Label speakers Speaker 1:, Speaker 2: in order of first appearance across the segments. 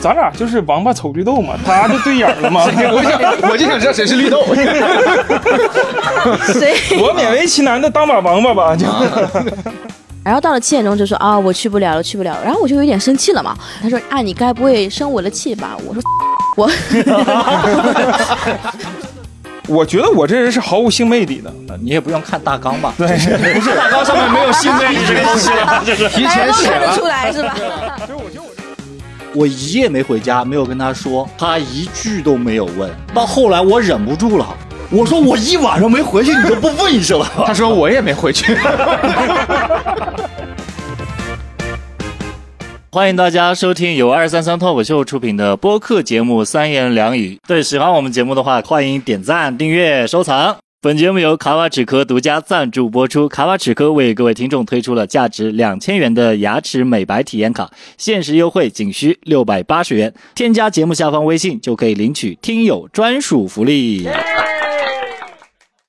Speaker 1: 咱俩就是王八瞅绿豆嘛，他就对眼儿了嘛。
Speaker 2: 我想， 我就想知道谁是绿豆。
Speaker 3: 谁？
Speaker 1: 我勉为其难的当把王八吧，就
Speaker 3: 然后到了七点钟就说啊、我去不了了，去不了了。然后我就有点生气了嘛。他说啊，你该不会生我的气吧？我说我
Speaker 1: 我觉得我这人是毫无性魅力的，
Speaker 4: 你也不用看大纲吧？
Speaker 1: 对，
Speaker 4: 大纲上面没有性魅力这个东西了，就是
Speaker 2: 提
Speaker 3: 大家
Speaker 2: 前
Speaker 3: 都
Speaker 2: 写
Speaker 3: 看得
Speaker 2: 了，
Speaker 3: 出来是吧？
Speaker 4: 我一夜没回家，没有跟他说，他一句都没有问。到后来我忍不住了，我说我一晚上没回去，你都不问一声 了。
Speaker 2: 他说我也没回去。
Speaker 4: 欢迎大家收听由二三三脱口秀出品的播客节目《三言两语》。对，喜欢我们节目的话，欢迎点赞、订阅、收藏。本节目由卡瓦齿科独家赞助播出。卡瓦齿科为各位听众推出了价值两千元的牙齿美白体验卡，限时优惠仅需六百八十元。添加节目下方微信就可以领取听友专属福利。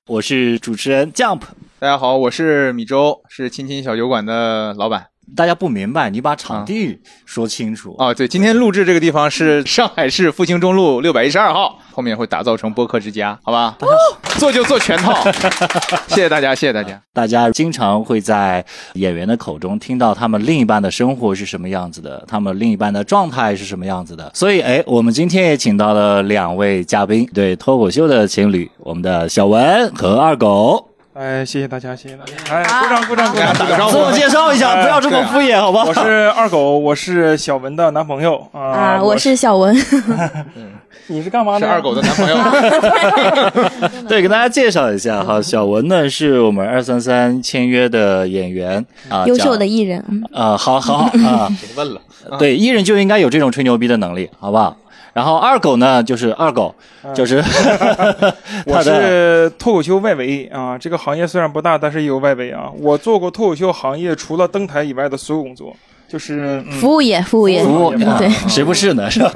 Speaker 4: 我是主持人 Jump。
Speaker 2: 大家好，我是米粥，是亲亲小酒馆的老板。
Speaker 4: 大家不明白，你把场地说清楚。
Speaker 1: 啊
Speaker 2: 哦，对，今天录制这个地方是上海市复兴中路六百一十二号，后面会打造成播客之家，好吧？做就做全套，谢谢大家，谢谢大 家。
Speaker 4: 大家经常会在演员的口中听到他们另一半的生活是什么样子的，他们另一半的状态是什么样子的。所以，哎，我们今天也请到了两位嘉宾，对脱口秀的情侣，我们的小文和二狗。
Speaker 1: 哎，谢谢大家，谢谢大家，哎，鼓掌鼓掌鼓
Speaker 2: 给大
Speaker 1: 掌
Speaker 2: 家。打个招
Speaker 4: 自
Speaker 2: 呼
Speaker 4: 我。介绍一下，
Speaker 1: 哎
Speaker 4: 不要这么敷衍，好吧？
Speaker 1: 我是二狗，我是小文的男朋友啊。
Speaker 3: 啊，我是小文，
Speaker 1: 你是干嘛
Speaker 2: 啊是
Speaker 1: 的？
Speaker 2: 二狗的男朋友，
Speaker 4: 对，给大家介绍一下
Speaker 3: 嗯
Speaker 4: 哈，小文呢是我们二三三签约的演员啊，
Speaker 3: 优秀的
Speaker 4: 讲
Speaker 3: 艺人。嗯
Speaker 4: 啊，好好 好啊。
Speaker 2: 别问了。
Speaker 4: 对，艺人就应该有这种吹牛逼的能力，好不好？然后二狗呢，就是二狗，
Speaker 2: 嗯
Speaker 4: 就是
Speaker 1: 我
Speaker 4: 他的
Speaker 1: 是脱口秀外围啊。这个行业虽然不大，但是也有外围啊。我做过脱口秀行业除了登台以外的所有工作，就是嗯
Speaker 3: 服务业，服务业，
Speaker 1: 服务业
Speaker 3: 对，
Speaker 4: 啊谁不是呢？是 吧？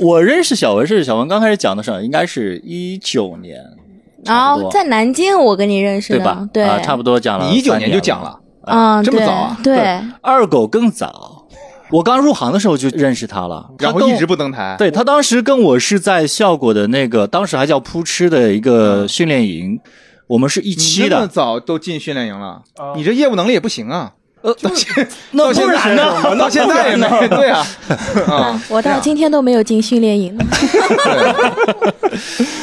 Speaker 4: 我认识小文是小文刚开始讲的时候，应该是一九年，
Speaker 3: 然
Speaker 4: 差不多
Speaker 3: 后在南京我跟你认识
Speaker 4: 对
Speaker 3: 的
Speaker 4: 吧，？
Speaker 3: 对，
Speaker 4: 啊，差不多讲了。
Speaker 2: 你一九年就讲了，，
Speaker 3: 嗯，
Speaker 2: 这么
Speaker 3: 对
Speaker 2: 早啊
Speaker 3: 对，
Speaker 4: 二狗更早。我刚入行的时候就认识他了，
Speaker 2: 然后
Speaker 4: 他跟
Speaker 2: 一直不登台。
Speaker 4: 对他当时跟我是在效果的那个，当时还叫扑哧的一个训练营，我们是一
Speaker 2: 你
Speaker 4: 期
Speaker 2: 那么
Speaker 4: 的，
Speaker 2: 早都进训练营了
Speaker 1: 啊，
Speaker 2: 你这业务能力也不行啊。
Speaker 4: 呃，
Speaker 2: 到
Speaker 4: 那
Speaker 2: 现
Speaker 4: 不
Speaker 2: 在
Speaker 4: 然呢？
Speaker 2: 到现在也没对 啊，啊，
Speaker 3: 我到今天都没有进训练营。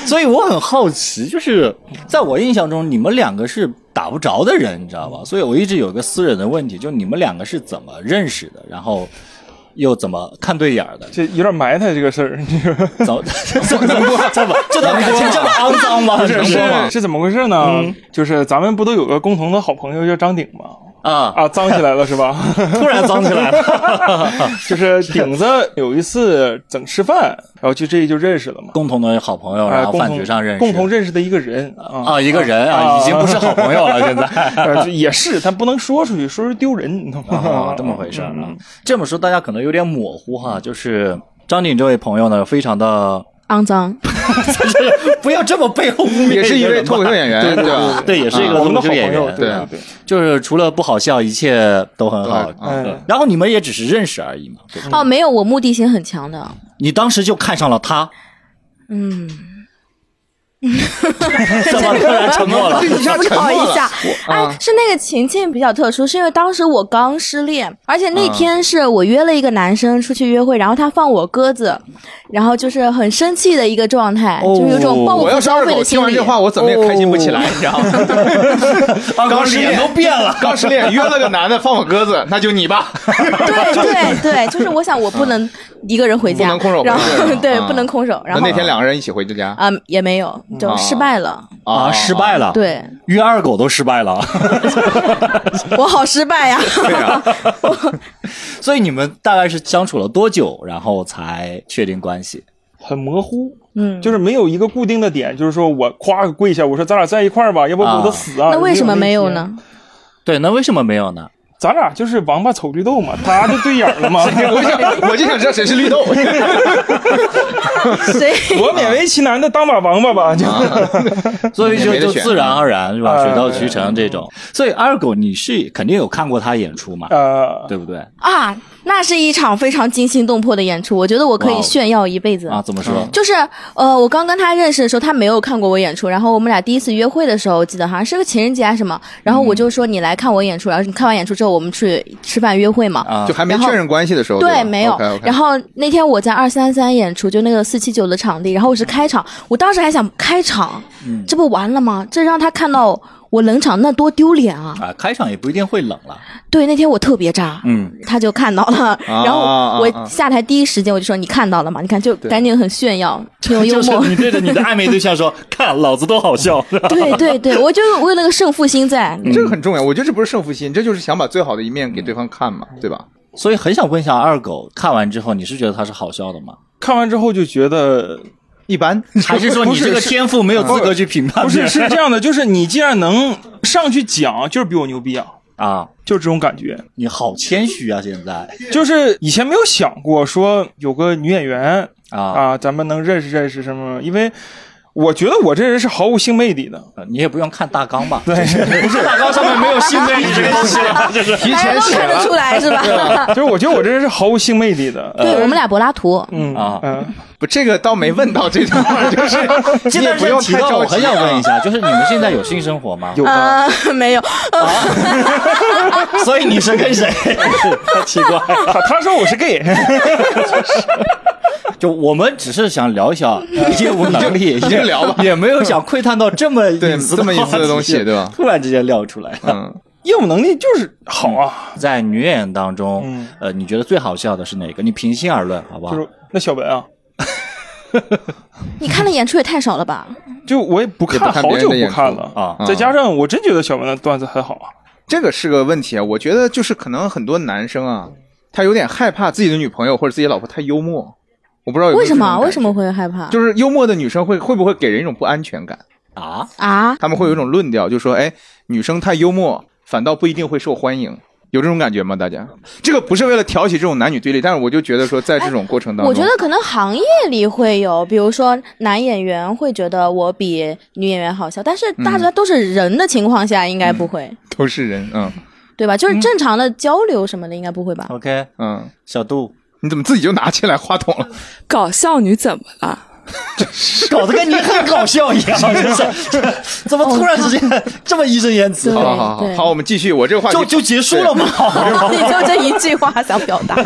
Speaker 4: 所以我很好奇，就是在我印象中，你们两个是打不着的人，你知道吧？所以我一直有一个私人的问题，就你们两个是怎么认识的，然后又怎么看对眼儿的？
Speaker 1: 这有点埋汰这个事儿， 你知道吗
Speaker 4: 怎么怎么怎么这段感情这么肮脏吗？
Speaker 1: 是
Speaker 4: 能说吗
Speaker 1: 是是怎么回事呢？就是咱们不都有个共同的好朋友叫张鼎吗？
Speaker 4: 啊，
Speaker 1: 啊，脏起来了是 吧？
Speaker 4: 突然脏起来了。
Speaker 1: 就是顶子有一次整吃饭，然后就这就认识了嘛。
Speaker 4: 共同的好朋友，
Speaker 1: 啊，
Speaker 4: 哦然后
Speaker 1: 共
Speaker 4: 饭
Speaker 1: 同
Speaker 4: 局上认识，
Speaker 1: 共同认识的一个人啊
Speaker 4: 啊，一个人啊，已经不是好朋 友了，现在。
Speaker 1: 呃，这也是，但不能说出去，说是丢人，你懂吗 嗯
Speaker 4: 哦，？这么回事儿啊。这么说大家可能有点模糊哈，就是张鼎这位朋友呢，非常的
Speaker 3: 肮脏，
Speaker 4: 不要这么背后污蔑，
Speaker 2: 也是一位脱口秀演员，
Speaker 4: 对
Speaker 2: 对吧？
Speaker 4: 啊对，也是一个
Speaker 1: 我
Speaker 4: 脱
Speaker 1: 们
Speaker 4: 口
Speaker 1: 的好朋
Speaker 4: 秀演
Speaker 1: 友，
Speaker 4: 员，
Speaker 1: 对
Speaker 2: 啊
Speaker 1: 对，
Speaker 4: 就是除了不好笑，一切都很好
Speaker 2: 对。
Speaker 1: 哎
Speaker 2: 嗯，
Speaker 4: 然后你们也只是认识而已嘛，对吧
Speaker 3: 哦，没有，我目的性很强的，
Speaker 4: 你当时就看上了他，
Speaker 3: 嗯，
Speaker 4: 怎么突然沉 默了？
Speaker 2: 一下
Speaker 3: 不
Speaker 2: 沉
Speaker 3: 好
Speaker 2: 默
Speaker 3: 意
Speaker 2: 了
Speaker 3: 思啊，哎，是那个情境比较特殊，是因为当时我刚失恋，而且那天是我约了一个男生出去约会，然后他放我鸽子，然后就是很生气的一个状态，
Speaker 4: 哦
Speaker 3: 就是有种报
Speaker 2: 我
Speaker 3: 复
Speaker 2: 要是
Speaker 3: 消
Speaker 2: 二
Speaker 3: 费
Speaker 2: 狗
Speaker 3: 的
Speaker 2: 听
Speaker 3: 心
Speaker 2: 完
Speaker 3: 理
Speaker 2: 这。话，我怎么也开心不起来，你知道吗？
Speaker 4: 当时脸都变了。
Speaker 2: 刚失恋约了个男的放我鸽子，那就你吧。
Speaker 3: 对对对，就是我想我不能一个人回家，
Speaker 2: 不能空手回
Speaker 3: 然
Speaker 2: 去
Speaker 3: 后
Speaker 2: 啊
Speaker 3: 对
Speaker 2: 啊
Speaker 3: 不能空手，
Speaker 2: 那
Speaker 3: 然后
Speaker 2: 那天两个人一起回的家
Speaker 3: 啊也没有，就失败了。
Speaker 4: 啊，失败了！，
Speaker 3: 对
Speaker 4: 约二狗都失败了，
Speaker 3: 我好失败呀，
Speaker 4: 所以你们大概是相处了多久，然后才确定关系？
Speaker 1: 很模糊。
Speaker 3: 嗯，
Speaker 1: 就是没有一个固定的点，就是说我夸跪下，我说咱俩在一块儿吧，要不我都死啊！
Speaker 3: 那为什么没有呢？？
Speaker 4: 对，那为什么没有呢？
Speaker 1: 咱俩就是王八瞅绿豆嘛，他就对眼儿了 嘛。
Speaker 2: 我就想，我就想知道谁是绿豆。
Speaker 3: 谁？
Speaker 1: 我勉为其难的当把王八吧，就
Speaker 4: 啊所以就
Speaker 2: 没得
Speaker 4: 就
Speaker 2: 选
Speaker 4: 自然而然是吧？
Speaker 1: 哎
Speaker 4: 水到渠成这种。所以二狗你是肯定有看过他演出嘛，
Speaker 1: 呃，
Speaker 4: 对不对？
Speaker 3: 啊，那是一场非常惊心动魄的演出，我觉得我可
Speaker 4: 哇
Speaker 3: 以
Speaker 4: 哦
Speaker 3: 炫耀一辈子
Speaker 4: 啊，怎么说？
Speaker 3: 就是呃，我刚跟他认识的时候，他没有看过我演出，然后我们俩第一次约会的时候，我记得好像是个情人节还是啊什么，然后我就说你来看我演出，然后你看完演出之后，我们去吃饭约会嘛。
Speaker 4: 啊
Speaker 2: 就还没
Speaker 3: 然后
Speaker 2: 确认关系的时候，
Speaker 3: 对，没有。然
Speaker 2: 后
Speaker 3: 后那天我在二三三演出，就那个四七九的场地，然后我是开场，我当时还想开场，
Speaker 4: 嗯
Speaker 3: 这不完了吗？这让他看到我冷场，那多丢脸啊！
Speaker 4: 啊，开场也不一定会冷了，
Speaker 3: 对，那天我特别渣，
Speaker 4: 嗯，
Speaker 3: 他就看到了，
Speaker 2: 啊
Speaker 3: 然后我下台第一时间我就说：“你看到了吗？你看，就赶紧很炫耀，挺有幽
Speaker 4: 就是
Speaker 3: 默。
Speaker 4: 你对着你的暧昧对象说，看老子多好笑，
Speaker 3: 对 对对，我就是我有那个胜负心在。
Speaker 2: 这个很重要，我觉得这不是胜负心，这就是想把最好的一面给对方看嘛，对吧？
Speaker 4: 所以很想问一下二狗，看完之后你是觉得他是好笑的吗？
Speaker 1: 看完之后就觉得
Speaker 2: 一般
Speaker 4: 还是说你这个天赋没有资格去评 判
Speaker 1: 不
Speaker 4: 别
Speaker 1: 是
Speaker 4: 人？
Speaker 1: 是这样的，就是你既然能上去讲，就是比我牛逼啊，
Speaker 4: 啊，
Speaker 1: 就是这种感觉。
Speaker 4: 你好谦虚啊，现在
Speaker 1: 就是以前没有想过说有个女演员
Speaker 4: 啊，
Speaker 1: 啊，咱们能认识认识什么？因为我觉得我这人是毫无性魅力的。
Speaker 4: 你也不用看大纲吧？对，不是大纲上面没有性魅力 这个东西了，就是
Speaker 2: 提
Speaker 3: 大家
Speaker 2: 前
Speaker 3: 都
Speaker 2: 写
Speaker 3: 看得出
Speaker 2: 了， 啊
Speaker 3: 来是吧？
Speaker 1: 就是我觉得我这人是毫无性魅力的。
Speaker 3: 对我们俩柏拉图，
Speaker 1: 嗯
Speaker 4: 啊
Speaker 1: 嗯，
Speaker 2: 不，这个倒没问到这种，就是
Speaker 4: 这
Speaker 2: 你也
Speaker 4: 段
Speaker 2: 不用
Speaker 4: 是提
Speaker 2: 太
Speaker 4: 到，
Speaker 2: 着
Speaker 4: 我
Speaker 2: 急啊
Speaker 4: 很想问一下，就是你们现在有性生活吗？
Speaker 1: 有啊，
Speaker 3: 啊，没有，
Speaker 4: 所以你是跟谁？ 太奇怪了。
Speaker 1: 他他说我是 gay，
Speaker 4: 就我们只是想聊一下业务能 力，
Speaker 2: 就
Speaker 4: 也
Speaker 2: 聊吧
Speaker 4: 也没有想窥探到这么
Speaker 2: 对
Speaker 4: 隐私
Speaker 2: 这么隐私的
Speaker 4: 话
Speaker 2: 东西
Speaker 4: 题
Speaker 2: 对吧
Speaker 4: 突然之间撂出来了。
Speaker 2: 嗯，
Speaker 1: 业务能力就是好啊。
Speaker 4: 在女演员当中
Speaker 1: 嗯，
Speaker 4: 呃，你觉得最好笑的是哪个？你平心而论，好不好
Speaker 1: 就？是那小文啊，
Speaker 3: 你看的演出也太少了吧？
Speaker 1: 就我也不
Speaker 2: 也不
Speaker 1: 看，
Speaker 2: 看
Speaker 1: 好
Speaker 2: 别人
Speaker 1: 久
Speaker 2: 的演
Speaker 1: 不
Speaker 2: 出
Speaker 1: 看了
Speaker 4: 啊
Speaker 1: 再加上我真觉得小文的段子很好啊。
Speaker 2: 这个是个问题啊，我觉得就是可能很多男生啊，他有点害怕自己的女朋友或者自己老婆太幽默，我不知道有没有
Speaker 3: 为什
Speaker 2: 这种
Speaker 3: 么？
Speaker 2: 感
Speaker 3: 为什么会害怕
Speaker 2: 觉？就是幽默的女生会会不会给人一种不安全感？
Speaker 4: 啊，
Speaker 3: 啊？
Speaker 2: 他们会有一种论调，就说哎，女生太幽默反倒不一定会受欢迎。有这种感觉吗？大家，这个不是为了挑起这种男女对立，但是我就觉得说，在这种过程当中，
Speaker 3: 我觉得可能行业里会有，比如说男演员会觉得我比女演员好笑，但是
Speaker 2: 嗯
Speaker 3: 大家都是人的情况下，应该不会，
Speaker 2: 都是人，嗯
Speaker 3: 对吧？就是正常的交流什么的，应该不会吧？
Speaker 4: OK，
Speaker 2: 嗯，
Speaker 4: 小杜，
Speaker 2: 你怎么自己就拿起来话筒了？
Speaker 5: 搞笑女怎么了？
Speaker 4: 搞得跟你很搞笑一 样，
Speaker 2: 啊
Speaker 4: 就是 怎么突然之间这么义正言辞
Speaker 3: 对？
Speaker 2: 好好好，
Speaker 3: 对
Speaker 2: 好，我们继续，我这个话题
Speaker 4: 就就结束了吗？
Speaker 3: 你就这一句话想表达。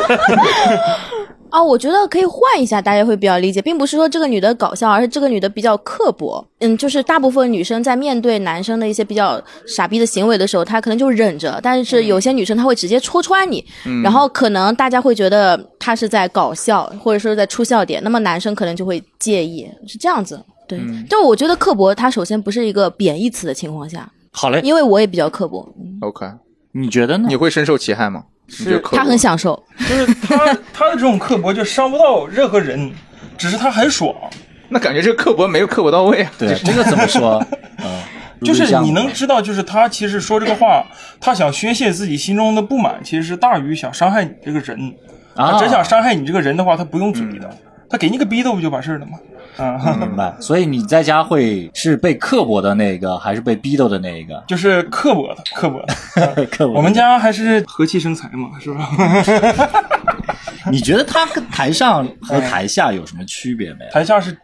Speaker 3: 啊，我觉得可以换一下，大家会比较理解，并不是说这个女的搞笑，而是这个女的比较刻薄。嗯，就是大部分女生在面对男生的一些比较傻逼的行为的时候，她可能就忍着，但是
Speaker 2: 嗯
Speaker 3: 有些女生她会直接戳穿你，然后可能大家会觉得她是在搞笑，或者说是在出笑点，那么男生可能就会介意，是这样子。对，
Speaker 2: 嗯
Speaker 3: 就我觉得刻薄，它首先不是一个贬义词的情况下，
Speaker 4: 好嘞，
Speaker 3: 因为我也比较刻薄，
Speaker 2: OK，
Speaker 4: 你觉得呢
Speaker 2: 你？会深受其害吗？你觉得刻薄
Speaker 3: 她很享受。
Speaker 1: 就是他他的这种刻薄就伤不到任何人，只是他很爽，
Speaker 2: 那感觉这个刻薄没有刻薄到位啊。
Speaker 4: 对，这个怎么 说？嗯，
Speaker 1: 就是你能知道，就是他其实说这个话，他想宣泄自己心中的不满，其实是大于想伤害你这个人。
Speaker 4: 啊
Speaker 1: 他真想伤害你这个人的话，他不用嘴的，他给你个逼斗不就完事儿了吗？啊，
Speaker 4: 嗯明白。所以你在家会是被刻薄的那个，还是被逼斗的那一 个？
Speaker 1: 就是刻薄的，刻薄的。嗯
Speaker 4: 刻薄的。
Speaker 1: 我们家还是和气生财嘛，是吧？
Speaker 4: 你觉得他跟台上和台下有什么区别 没有？
Speaker 1: 台下是，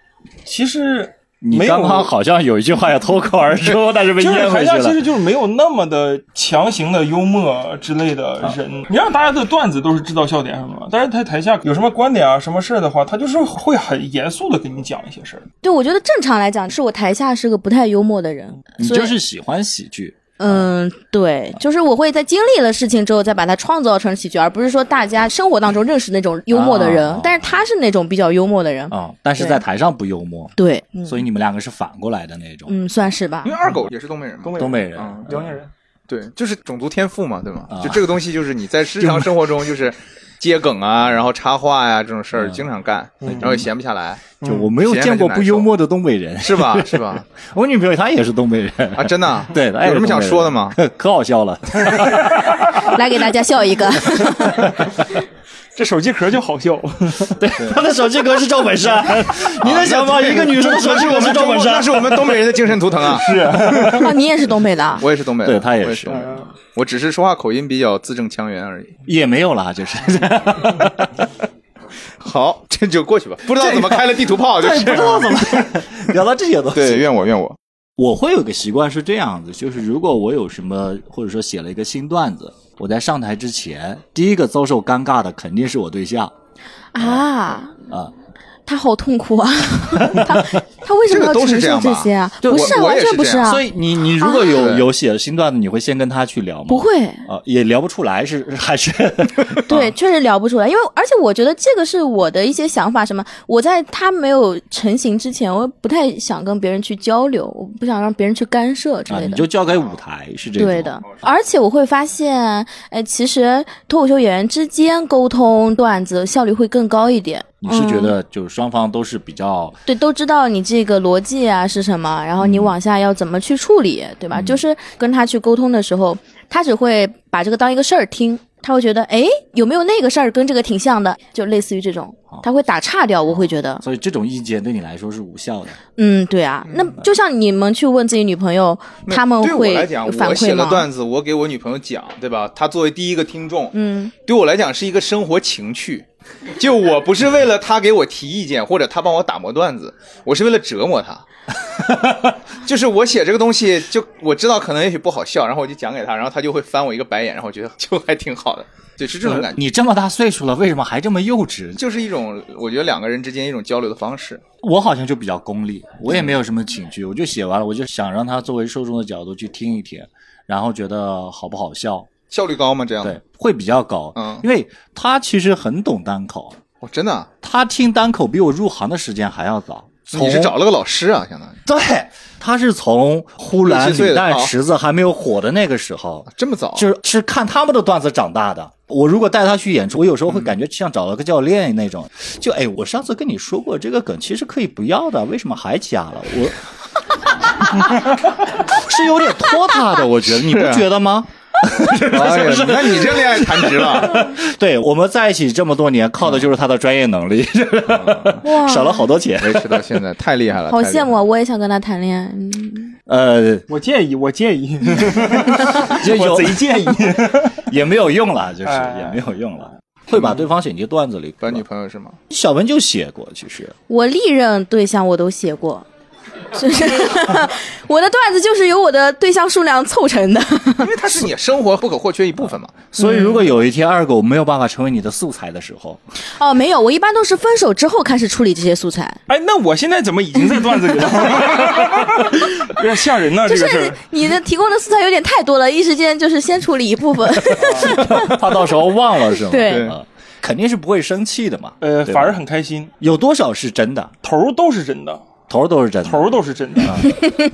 Speaker 1: 其实
Speaker 4: 你
Speaker 1: 没有
Speaker 4: 刚刚好像有一句话要脱口而出，但是被
Speaker 1: 就是
Speaker 4: 咽
Speaker 1: 台
Speaker 4: 回去
Speaker 1: 下其
Speaker 4: 了
Speaker 1: 实。就是没有那么的强行的幽默之类的
Speaker 4: 啊
Speaker 1: 人，你让大家的段子都是制造笑点什么的，但是他台下有什么观点啊、什么事儿的话，他就是会很严肃的跟你讲一些事儿。
Speaker 3: 对，我觉得正常来讲，是我台下是个不太幽默的人，
Speaker 2: 嗯
Speaker 4: 你
Speaker 3: 所以
Speaker 4: 就是喜欢喜剧，
Speaker 3: 嗯，对，就是我会在经历了事情之后再把它创造成喜剧，而不是说大家生活当中认识那种幽默的人，
Speaker 4: 啊
Speaker 3: 但是他是那种比较幽默的人，
Speaker 4: 啊、但是
Speaker 3: 对
Speaker 4: 在台上不幽默，
Speaker 3: 对，嗯
Speaker 4: 所以你们两个是反过来的那种、
Speaker 3: 嗯，算是吧
Speaker 2: 因为。二狗也是东北人嘛，
Speaker 4: 东北人。
Speaker 2: 嗯
Speaker 1: 辽宁人，
Speaker 2: 对，就是种族天赋嘛，对
Speaker 4: 啊
Speaker 2: 吗？就这个东西，就是你在日常生活中就是接梗 啊，然后插话呀、这种事儿
Speaker 4: 嗯
Speaker 2: 经常干，然后也闲不下来，
Speaker 4: 就我没有见过不幽默的东北人，
Speaker 2: 是吧？ 是吧？
Speaker 4: 我女朋友她也是东北人，
Speaker 2: 啊，真的啊
Speaker 4: ，对，她也哎
Speaker 2: 有
Speaker 4: 是
Speaker 2: 什么想
Speaker 4: 东北人
Speaker 2: 说的吗？？
Speaker 4: 可好笑了，
Speaker 3: 来给大家 笑一个。啊
Speaker 1: 这手机壳就好笑。
Speaker 4: 他的手机壳是赵本 山，你
Speaker 2: 啊
Speaker 4: 能想吗？啊一个女生 的手机壳是赵本
Speaker 2: 那
Speaker 4: 山
Speaker 2: 是，我们东北人的精神图腾啊！是
Speaker 3: 哦，你也是东北的？
Speaker 2: 我也是东北人，
Speaker 4: 对他也
Speaker 2: 我也
Speaker 4: 是
Speaker 2: 东北人我只是说话口音比较字正腔圆而已。
Speaker 4: 也没有啦， 就是。
Speaker 2: 好， 这就过去吧。不知道怎么开了地图炮， 就是
Speaker 4: 不知道怎么 聊到这些东西。
Speaker 2: 对，怨我怨我。
Speaker 4: 我会有个习惯是这样子，就是如果我有什么或者说写了一个新段子，我在上台之前，第一个遭受尴尬的肯定是我对象
Speaker 3: 啊，
Speaker 4: 啊。
Speaker 3: 他好痛苦啊！ 他他为什么
Speaker 2: 这个
Speaker 3: 要
Speaker 2: 都
Speaker 3: 承
Speaker 2: 是这
Speaker 3: 受
Speaker 2: 样吧
Speaker 3: 这些啊？
Speaker 2: 对
Speaker 3: 不是啊，
Speaker 2: 我我
Speaker 3: 完
Speaker 2: 也是
Speaker 3: 全不是
Speaker 2: 这
Speaker 3: 啊
Speaker 2: 样，
Speaker 4: 所以你你如果有
Speaker 2: 啊
Speaker 4: 有写了新段子，你会先跟他去聊吗？
Speaker 3: 不会。
Speaker 4: 啊，也聊不出来是还是
Speaker 3: 对，
Speaker 4: 嗯
Speaker 3: 确实聊不出来，因为而且我觉得这个是我的一些想法，什么我在他没有成型之前，我不太想跟别人去交流，我不想让别人去干涉之
Speaker 4: 啊，
Speaker 3: 类
Speaker 4: 你
Speaker 3: 的。
Speaker 4: 就交给舞台是这种。
Speaker 3: 对的，而且我会发现，哎，其实脱口秀演员之间沟通段子效率会更高一点。
Speaker 4: 你是觉得就是双方都是比较
Speaker 3: 对，都知道你这个逻辑啊是什么，然后
Speaker 2: 嗯
Speaker 3: 你往下要怎么去处理，对吧？就是跟他去沟通的时候，他只会把这个当一个事儿听，他会觉得，哎，有没有那个事儿跟这个挺像的，就类似于这种，
Speaker 2: 哦
Speaker 3: 他会打岔掉。我会觉得，
Speaker 4: 所以这种意见对你来说是无效的。
Speaker 3: 嗯，对啊，那就像你们去问自己女朋友，他们
Speaker 2: 对我
Speaker 3: 会
Speaker 2: 来讲，
Speaker 3: 反
Speaker 2: 我写
Speaker 3: 馈
Speaker 2: 了
Speaker 3: 吗？
Speaker 2: 段子，我给我女朋友讲，对吧？她作为第一个听众，
Speaker 3: 嗯，
Speaker 2: 对我来讲是一个生活情趣。就我不是为了她给我提意见，或者她帮我打磨段子，我是为了折磨她。 就是我写这个东西，就我知道可能也许不好笑，然后我就讲给她，然后她就会翻我一个白眼，然后我觉得就还挺好的，对，是这种感觉。
Speaker 4: 呃你这么大岁数了，为什么还这么幼稚？
Speaker 2: 就是一种，我觉得两个人之间一种交流的方式。
Speaker 4: 我好像就比较功利，我也没有什么情绪，我就写完了，我就想让他作为受众的角度去听一听，然后觉得好不好笑，
Speaker 2: 效率高吗？这样
Speaker 4: 对，会比较高。
Speaker 2: 嗯
Speaker 4: 因为他其实很懂单口，
Speaker 2: 我真的啊，
Speaker 4: 他听单口比我入行的时间还要早。
Speaker 2: 你是
Speaker 4: 从
Speaker 2: 找了个老师啊，相当于
Speaker 4: 对，他是从呼兰、
Speaker 2: 17岁
Speaker 4: 李
Speaker 2: 的
Speaker 4: 诞、
Speaker 2: 啊
Speaker 4: 池子还没有火的那个时候，
Speaker 2: 这么早，
Speaker 4: 就是是看他们的段子长大的。我如果带他去演出，我有时候
Speaker 1: 嗯
Speaker 4: 会感觉像找了个教练那种。就哎，我上次跟你说过这个梗，其实可以不要的，为什么还加了？我 是有点拖沓的，我觉得你不
Speaker 2: 是啊
Speaker 4: 觉得吗？
Speaker 2: 哎呀那你这恋爱谈值了，
Speaker 4: 对，我们在一起这么多年，
Speaker 1: 嗯
Speaker 4: 靠的就是他的专业能力，
Speaker 3: 哇，
Speaker 4: 省了好多钱。
Speaker 2: 维持到现在太厉害了，
Speaker 3: 好
Speaker 2: 太厉害
Speaker 3: 羡
Speaker 2: 了
Speaker 3: 慕，啊！我也想跟他谈恋爱。嗯，
Speaker 4: 呃，
Speaker 1: 我介意，我介意，
Speaker 4: 就有
Speaker 1: 我贼介意。
Speaker 4: 也没有用了，就是
Speaker 1: 哎
Speaker 4: 也没有用了，会把对方写进段子里。
Speaker 2: 把女朋友是吗？
Speaker 4: 小文就写过，其实
Speaker 3: 我历任对象我都写过， 就是我的段子就是由我的对象数量凑成的。
Speaker 2: 因为它是你生活不可或缺一部 分嘛。
Speaker 4: 所以，如果有一天二狗没有办法成为你的素材的时 候，
Speaker 3: 哦，没有，我一般都是分手之后开始处理这些素材，
Speaker 1: 哎，那我现在怎么已经在段子里了？ 有点吓人呢，
Speaker 3: 就
Speaker 1: 这个事儿
Speaker 3: 是。你的提供的素材有点太多了，一时间就是先处理一部分。
Speaker 4: 他到时候忘了是吗？
Speaker 3: 对
Speaker 2: 对
Speaker 4: 啊肯定是不会生气的嘛。
Speaker 1: 呃，
Speaker 4: 对吧
Speaker 1: 反而很开心，
Speaker 4: 有多少是真的，
Speaker 1: 头儿都是真的，
Speaker 4: 头儿都是真的。
Speaker 1: 头儿都是真的。
Speaker 4: 啊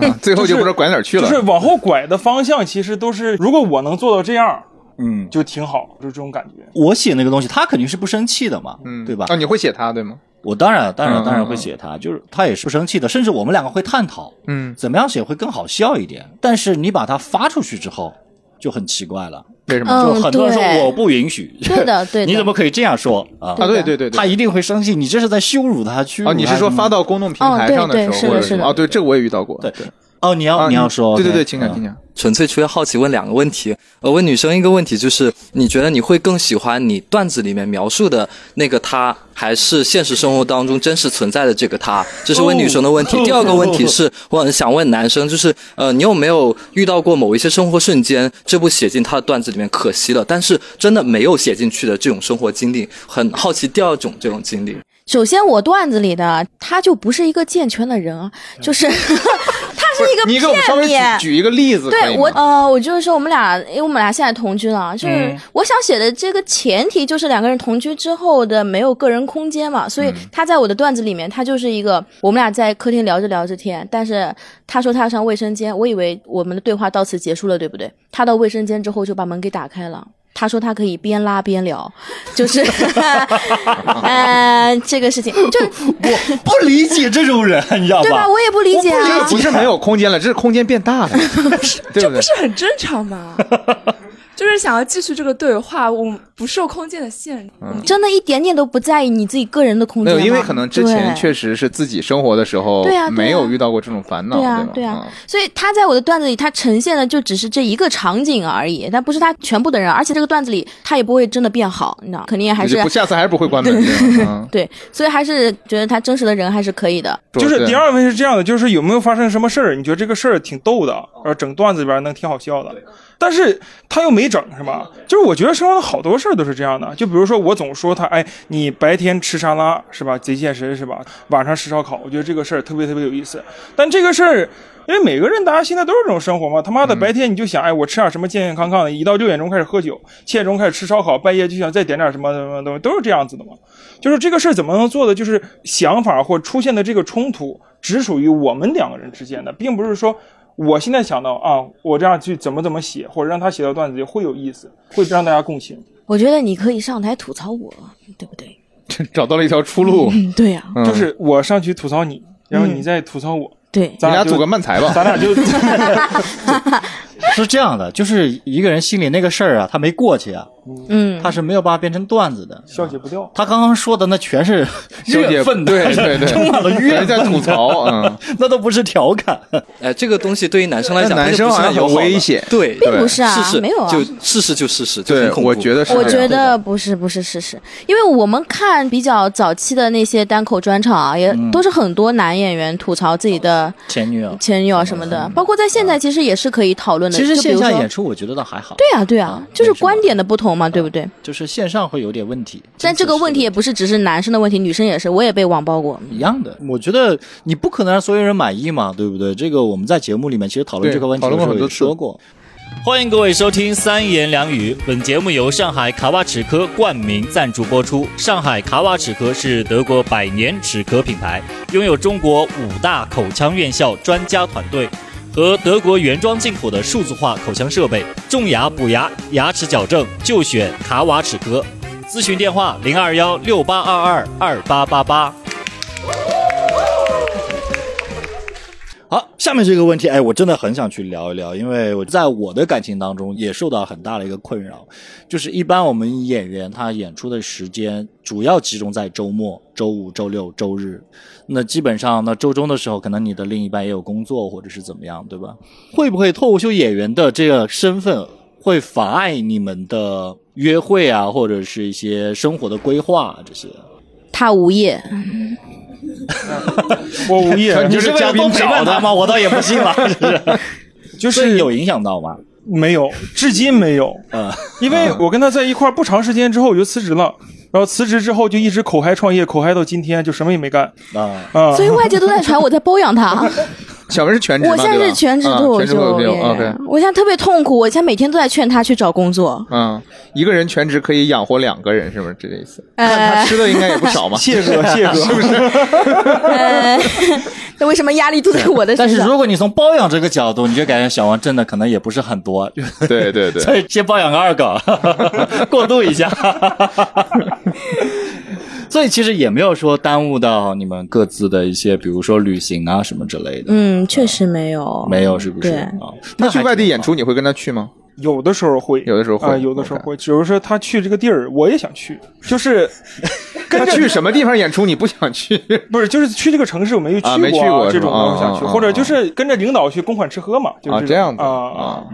Speaker 2: 啊最后就不知道拐哪儿去了。
Speaker 1: 就是往后拐的方向，其实都是如果我能做到这样，
Speaker 4: 嗯，
Speaker 1: 就挺好，就这种感觉。
Speaker 4: 我写那个东西，他肯定是不生气的嘛，嗯对吧
Speaker 2: 啊，？你会写他对吗？
Speaker 4: 我当然当然
Speaker 2: 嗯
Speaker 4: 当然会写他，就是他也是不生气的，甚至我们两个会探讨，
Speaker 2: 嗯，
Speaker 4: 怎么样写会更好笑一点。但是你把它发出去之后，就很奇怪了，
Speaker 2: 为什么？
Speaker 3: 嗯
Speaker 4: 就很多人
Speaker 3: 对
Speaker 4: 说我不允许，
Speaker 3: 对的，对的。
Speaker 4: 你怎么可以这样说啊？
Speaker 2: 啊，对对对
Speaker 4: 他
Speaker 2: 对。
Speaker 4: 一定会生气，你这是在羞辱他，去
Speaker 2: 哦，你是说发到公众平台上时
Speaker 3: 哦对对是
Speaker 2: 候，
Speaker 3: 的
Speaker 2: 或者
Speaker 3: 是的
Speaker 2: 哦，对，这个我也遇到过。
Speaker 4: 对哦？你要、
Speaker 2: 啊，
Speaker 4: 你要说
Speaker 2: 对对对，
Speaker 4: OK，
Speaker 2: 情感
Speaker 4: 嗯
Speaker 2: 情感。
Speaker 6: 纯粹出于好奇问两个问题。我问女生一个问题，就是你觉得你会更喜欢你段子里面描述的那个他，还是现实生活当中真实存在的这个他？这是问女生 的问题。
Speaker 4: 哦
Speaker 6: 第二个问题是，我很想问男生，就是呃，你有没有遇到过某一些生活瞬间，这部写进他的段子里面，可惜了，但是真的没有写进去的这种生活经历？很好奇第二种这种经历。
Speaker 3: 首先，我段子里的他就不是一个健全的人啊，就是他 是一个
Speaker 2: 嗯你给我们稍
Speaker 3: 片
Speaker 2: 微
Speaker 3: 面。
Speaker 2: 举举一个例子，可
Speaker 3: 对
Speaker 2: 以
Speaker 3: 我
Speaker 2: 吗嗯
Speaker 3: 呃，我就是说我们俩，因为我们俩现在同居了，就是我想写的这个前提就是两个人同居之后的没有个人空间嘛，
Speaker 2: 嗯
Speaker 3: 所以他在我的段子里面，他就是一个我们俩在客厅聊着聊着天，但是他说他要上卫生间，我以为我们的对话到此结束了，对不对？他到卫生间之后就把门给打开了。他说他可以边拉边聊，就是，呃，这个事情 就
Speaker 4: 我不理解这种人，你知道
Speaker 3: 对吧？
Speaker 4: 吧？
Speaker 3: 我也不理解
Speaker 2: 这个
Speaker 3: 啊，
Speaker 2: 不是没有空间了，这是空间变大了，对不对？
Speaker 5: 这很正常嘛。就是想要继续这个对话，我们不受空间的限制。
Speaker 3: 真的一点点都不在意你自己个人的空
Speaker 2: 没
Speaker 3: 间
Speaker 2: 有，
Speaker 3: 吗？
Speaker 2: 因为可能之前
Speaker 3: 对
Speaker 2: 确实是自己生活的时候
Speaker 3: 对啊对啊
Speaker 2: 没有遇到过这种烦恼，
Speaker 3: 对啊，
Speaker 2: 吧？
Speaker 3: 对啊
Speaker 2: 嗯，
Speaker 3: 所以他在我的段子里，他呈现的就只是这一个场景而已，但不是他全部的人，而且这个段子里他也不会真的变好，你知道，肯定还
Speaker 2: 就是不下次还是不会 关门的。嗯
Speaker 3: 对，所以还是觉得他真实的人还是可以的。
Speaker 1: 就是第，
Speaker 2: 说
Speaker 1: 二问是这样的，就是有没有发生什么事儿？你觉得这个事儿挺逗的，然后整段子里边能挺好笑的，但是他又没整，是吧？就是我觉得生活的好多事儿都是这样的，就比如说我总说他，哎，你白天吃沙拉是吧，贼健身是吧？晚上吃烧烤，我觉得这个事儿特别特别有意思。但这个事儿，因为每个人大家现在都是这种生活嘛，他妈的白天你就想，哎，我吃点什么健健康康的，一到六点钟开始喝酒，七点钟开始吃烧烤，半夜就想再点点什么什么东西，都是这样子的嘛。就是这个事儿怎么能做的，就是想法或出现的这个冲突只属于我们两个人之间的，并不是说我现在想到啊，我这样去怎么怎么写，或者让他写到段子里会有意思，会让大家共情。
Speaker 3: 我觉得你可以上台吐槽我，对不对？
Speaker 2: 对找到了一条出路，
Speaker 3: 嗯，对呀、
Speaker 2: 嗯
Speaker 1: 就是我上去吐槽你，然后你再吐槽我，
Speaker 3: 对。
Speaker 1: 咱
Speaker 2: 你
Speaker 1: 俩
Speaker 2: 俩
Speaker 1: 就
Speaker 2: 组个慢才吧。
Speaker 1: 咱俩就
Speaker 4: 是这样的，就是一个人心里那个事儿啊，他没过去啊，
Speaker 3: 嗯，
Speaker 4: 他是没有办法变成段子的。
Speaker 1: 消解不 掉。
Speaker 4: 他刚刚说的那全是
Speaker 2: 纠结
Speaker 4: 怨愤的，
Speaker 2: 对对对
Speaker 4: 充满了怨
Speaker 2: 人在
Speaker 4: 愤
Speaker 2: 吐槽，嗯，
Speaker 4: 那都不是调侃。
Speaker 6: 哎，这个东西对于男生来讲，
Speaker 2: 但男啊生
Speaker 6: 它就不是
Speaker 2: 好像很
Speaker 6: 友好的
Speaker 2: 危险
Speaker 6: 对，
Speaker 3: 并不是啊
Speaker 6: 是是
Speaker 3: 没有啊
Speaker 6: 就事实就事实，就
Speaker 2: 对
Speaker 6: 很，恐怖。
Speaker 2: 我觉得是这
Speaker 3: 我
Speaker 2: 样。
Speaker 3: 觉得不是不是事实，因为我们看比较早期的那些单口专场啊，也都是很多男演员吐槽自己的
Speaker 4: 前女友，
Speaker 3: 前女友啊什么的，包括在现在其实也是可以讨论的。
Speaker 4: 其实
Speaker 3: 就比
Speaker 4: 线
Speaker 3: 如
Speaker 4: 下
Speaker 3: 说
Speaker 4: 演出我觉得倒还好，
Speaker 3: 对啊，对啊
Speaker 4: 啊，
Speaker 3: 就是
Speaker 4: 没什么
Speaker 3: 观点的不同嘛，对不对？
Speaker 4: 就是线上会有点问题。
Speaker 3: 但这个问题也
Speaker 4: 也
Speaker 3: 不是只是男生的问题，女生也是，我也被网暴过。
Speaker 4: 一样的，我觉得你不可能让所有人满意嘛，对不对？这个我们在节目里面其实讨论
Speaker 2: 对
Speaker 4: 这个问题
Speaker 2: 讨
Speaker 4: 的
Speaker 2: 论
Speaker 4: 时
Speaker 2: 过
Speaker 4: 候
Speaker 2: 很
Speaker 4: 也
Speaker 2: 多次
Speaker 4: 说过。欢迎各位收听三言两语。本节目由上海卡瓦齿科冠名赞助播出。上海卡瓦齿科是德国百年齿科品牌，拥有中国五大口腔院校专家团队和德国原装进口的数字化口腔设备，种牙、补牙、牙齿矫正就选卡瓦齿科。咨询电话零二幺六八二二二八八八。好，下面这个问题，哎，我真的很想去聊一聊，因为我在我的感情当中也受到很大的一个困扰，就是一般我们演员他演出的时间主要集中在周末、周五、周六、周日，那基本上呢，周中的时候可能你的另一半也有工作或者是怎么样，对吧？会不会脱口秀演员的这个身份会妨碍你们的约会啊，或者是一些生活的规划啊这些？
Speaker 3: 他无业，
Speaker 1: 我无业，
Speaker 2: 你是为了多
Speaker 4: 陪
Speaker 2: 陪
Speaker 4: 伴
Speaker 2: 伴
Speaker 4: 他
Speaker 2: 他
Speaker 4: 吗？我倒也不信了，
Speaker 1: 就
Speaker 4: 所
Speaker 1: 是
Speaker 4: 以有影响到吗？
Speaker 1: 没有，至今没有。
Speaker 4: 嗯，
Speaker 1: 因为我跟他在一块儿不长时间之后我就辞职了，然后辞职之后就一直口嗨创业，口嗨到今天就什么也没干
Speaker 4: 啊。
Speaker 1: 啊。
Speaker 3: 所以外界都在传我在包养他。
Speaker 2: 小文是全职吗，
Speaker 3: 我现在
Speaker 2: 对
Speaker 3: 是
Speaker 2: 吧
Speaker 3: 全职
Speaker 2: 啊
Speaker 3: 脱口
Speaker 2: 全职
Speaker 3: 秀演
Speaker 2: 演
Speaker 3: 员
Speaker 2: 员。，
Speaker 3: 我现在特别痛苦，我现在每天都在劝他去找工作。
Speaker 2: 嗯，一个人全职可以养活两个人，是不是这个意思？看他
Speaker 3: 呃
Speaker 2: 吃的应该也不少嘛。
Speaker 1: 谢哥，谢哥，是不是？
Speaker 3: 呃，那为什么压力都在我的
Speaker 4: 但
Speaker 3: 身
Speaker 4: 是
Speaker 3: 上？
Speaker 4: 如果你从包养这个角度，你就感觉小王挣的可能也不是 很多，
Speaker 2: 对对对，
Speaker 4: 所以先包养个 二狗，过渡一 下。所以其实也没有说耽误到你们各自的一些，比如说旅行啊什么之类的，
Speaker 3: 嗯，确实没有，
Speaker 4: 没有是不是？
Speaker 3: 对
Speaker 4: 啊，
Speaker 2: 他
Speaker 4: 那
Speaker 2: 去
Speaker 4: 还
Speaker 2: 外地
Speaker 4: 挺
Speaker 2: 演出，你会跟他去吗？
Speaker 1: 有的时候会，
Speaker 2: 有的时候会
Speaker 1: 啊有的时候
Speaker 2: OK
Speaker 1: 会。比如说他去这个地儿，我也想去， 就是
Speaker 2: 跟去什么地方演出你不想去？
Speaker 1: 不是就是去这个城市我没有去
Speaker 2: 啊没去过
Speaker 1: 啊这种
Speaker 2: 是吧
Speaker 1: 我想去，
Speaker 2: 啊啊啊
Speaker 1: 或者就是跟着领导去公款吃喝嘛，就是
Speaker 2: 啊，
Speaker 1: 种
Speaker 2: 这样子
Speaker 1: 啊
Speaker 2: 啊，
Speaker 4: 好。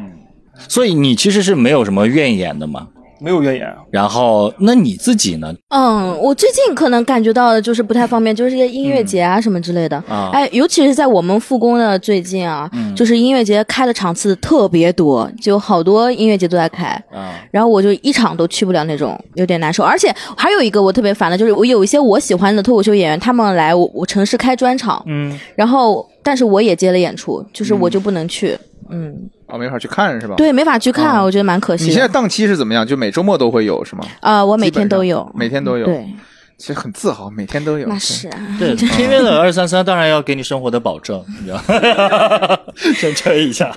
Speaker 4: 所以你其实是没有什么怨言的嘛。
Speaker 1: 没有怨言。
Speaker 4: 然后那你自己呢？
Speaker 3: 嗯，我最近可能感觉到的就是不太方便，就是一些音乐
Speaker 2: 嗯
Speaker 3: 节啊什么之类的。
Speaker 4: 啊
Speaker 3: 哎，尤其是在我们复工的最近啊，
Speaker 2: 嗯
Speaker 3: 就是音乐节开的场次特别多，就好多音乐节都在开。
Speaker 4: 啊，
Speaker 3: 然后我就一场都去不了那种，有点难受。而且还有一个我特别烦的，就是我有一些我喜欢的脱口秀演员，他们来我我城市开专场，
Speaker 1: 嗯，
Speaker 3: 然后但是我也接了演出，就是我就不能去，嗯，
Speaker 2: 啊，没法去看是吧？。
Speaker 3: 对，没法去看，啊
Speaker 2: 哦
Speaker 3: 我觉得蛮可惜
Speaker 2: 你
Speaker 3: 的。
Speaker 2: 现在档期是怎么样？就每周末都会有是吗？
Speaker 3: 啊、我每天都
Speaker 2: 基本
Speaker 3: 有
Speaker 2: 上，每天都有。，
Speaker 3: 对，
Speaker 2: 其实很自豪，每天都有。
Speaker 3: 那是啊，
Speaker 4: 对，天天的二三三当然要给你生活的保证，你知道吗， 先吹一下。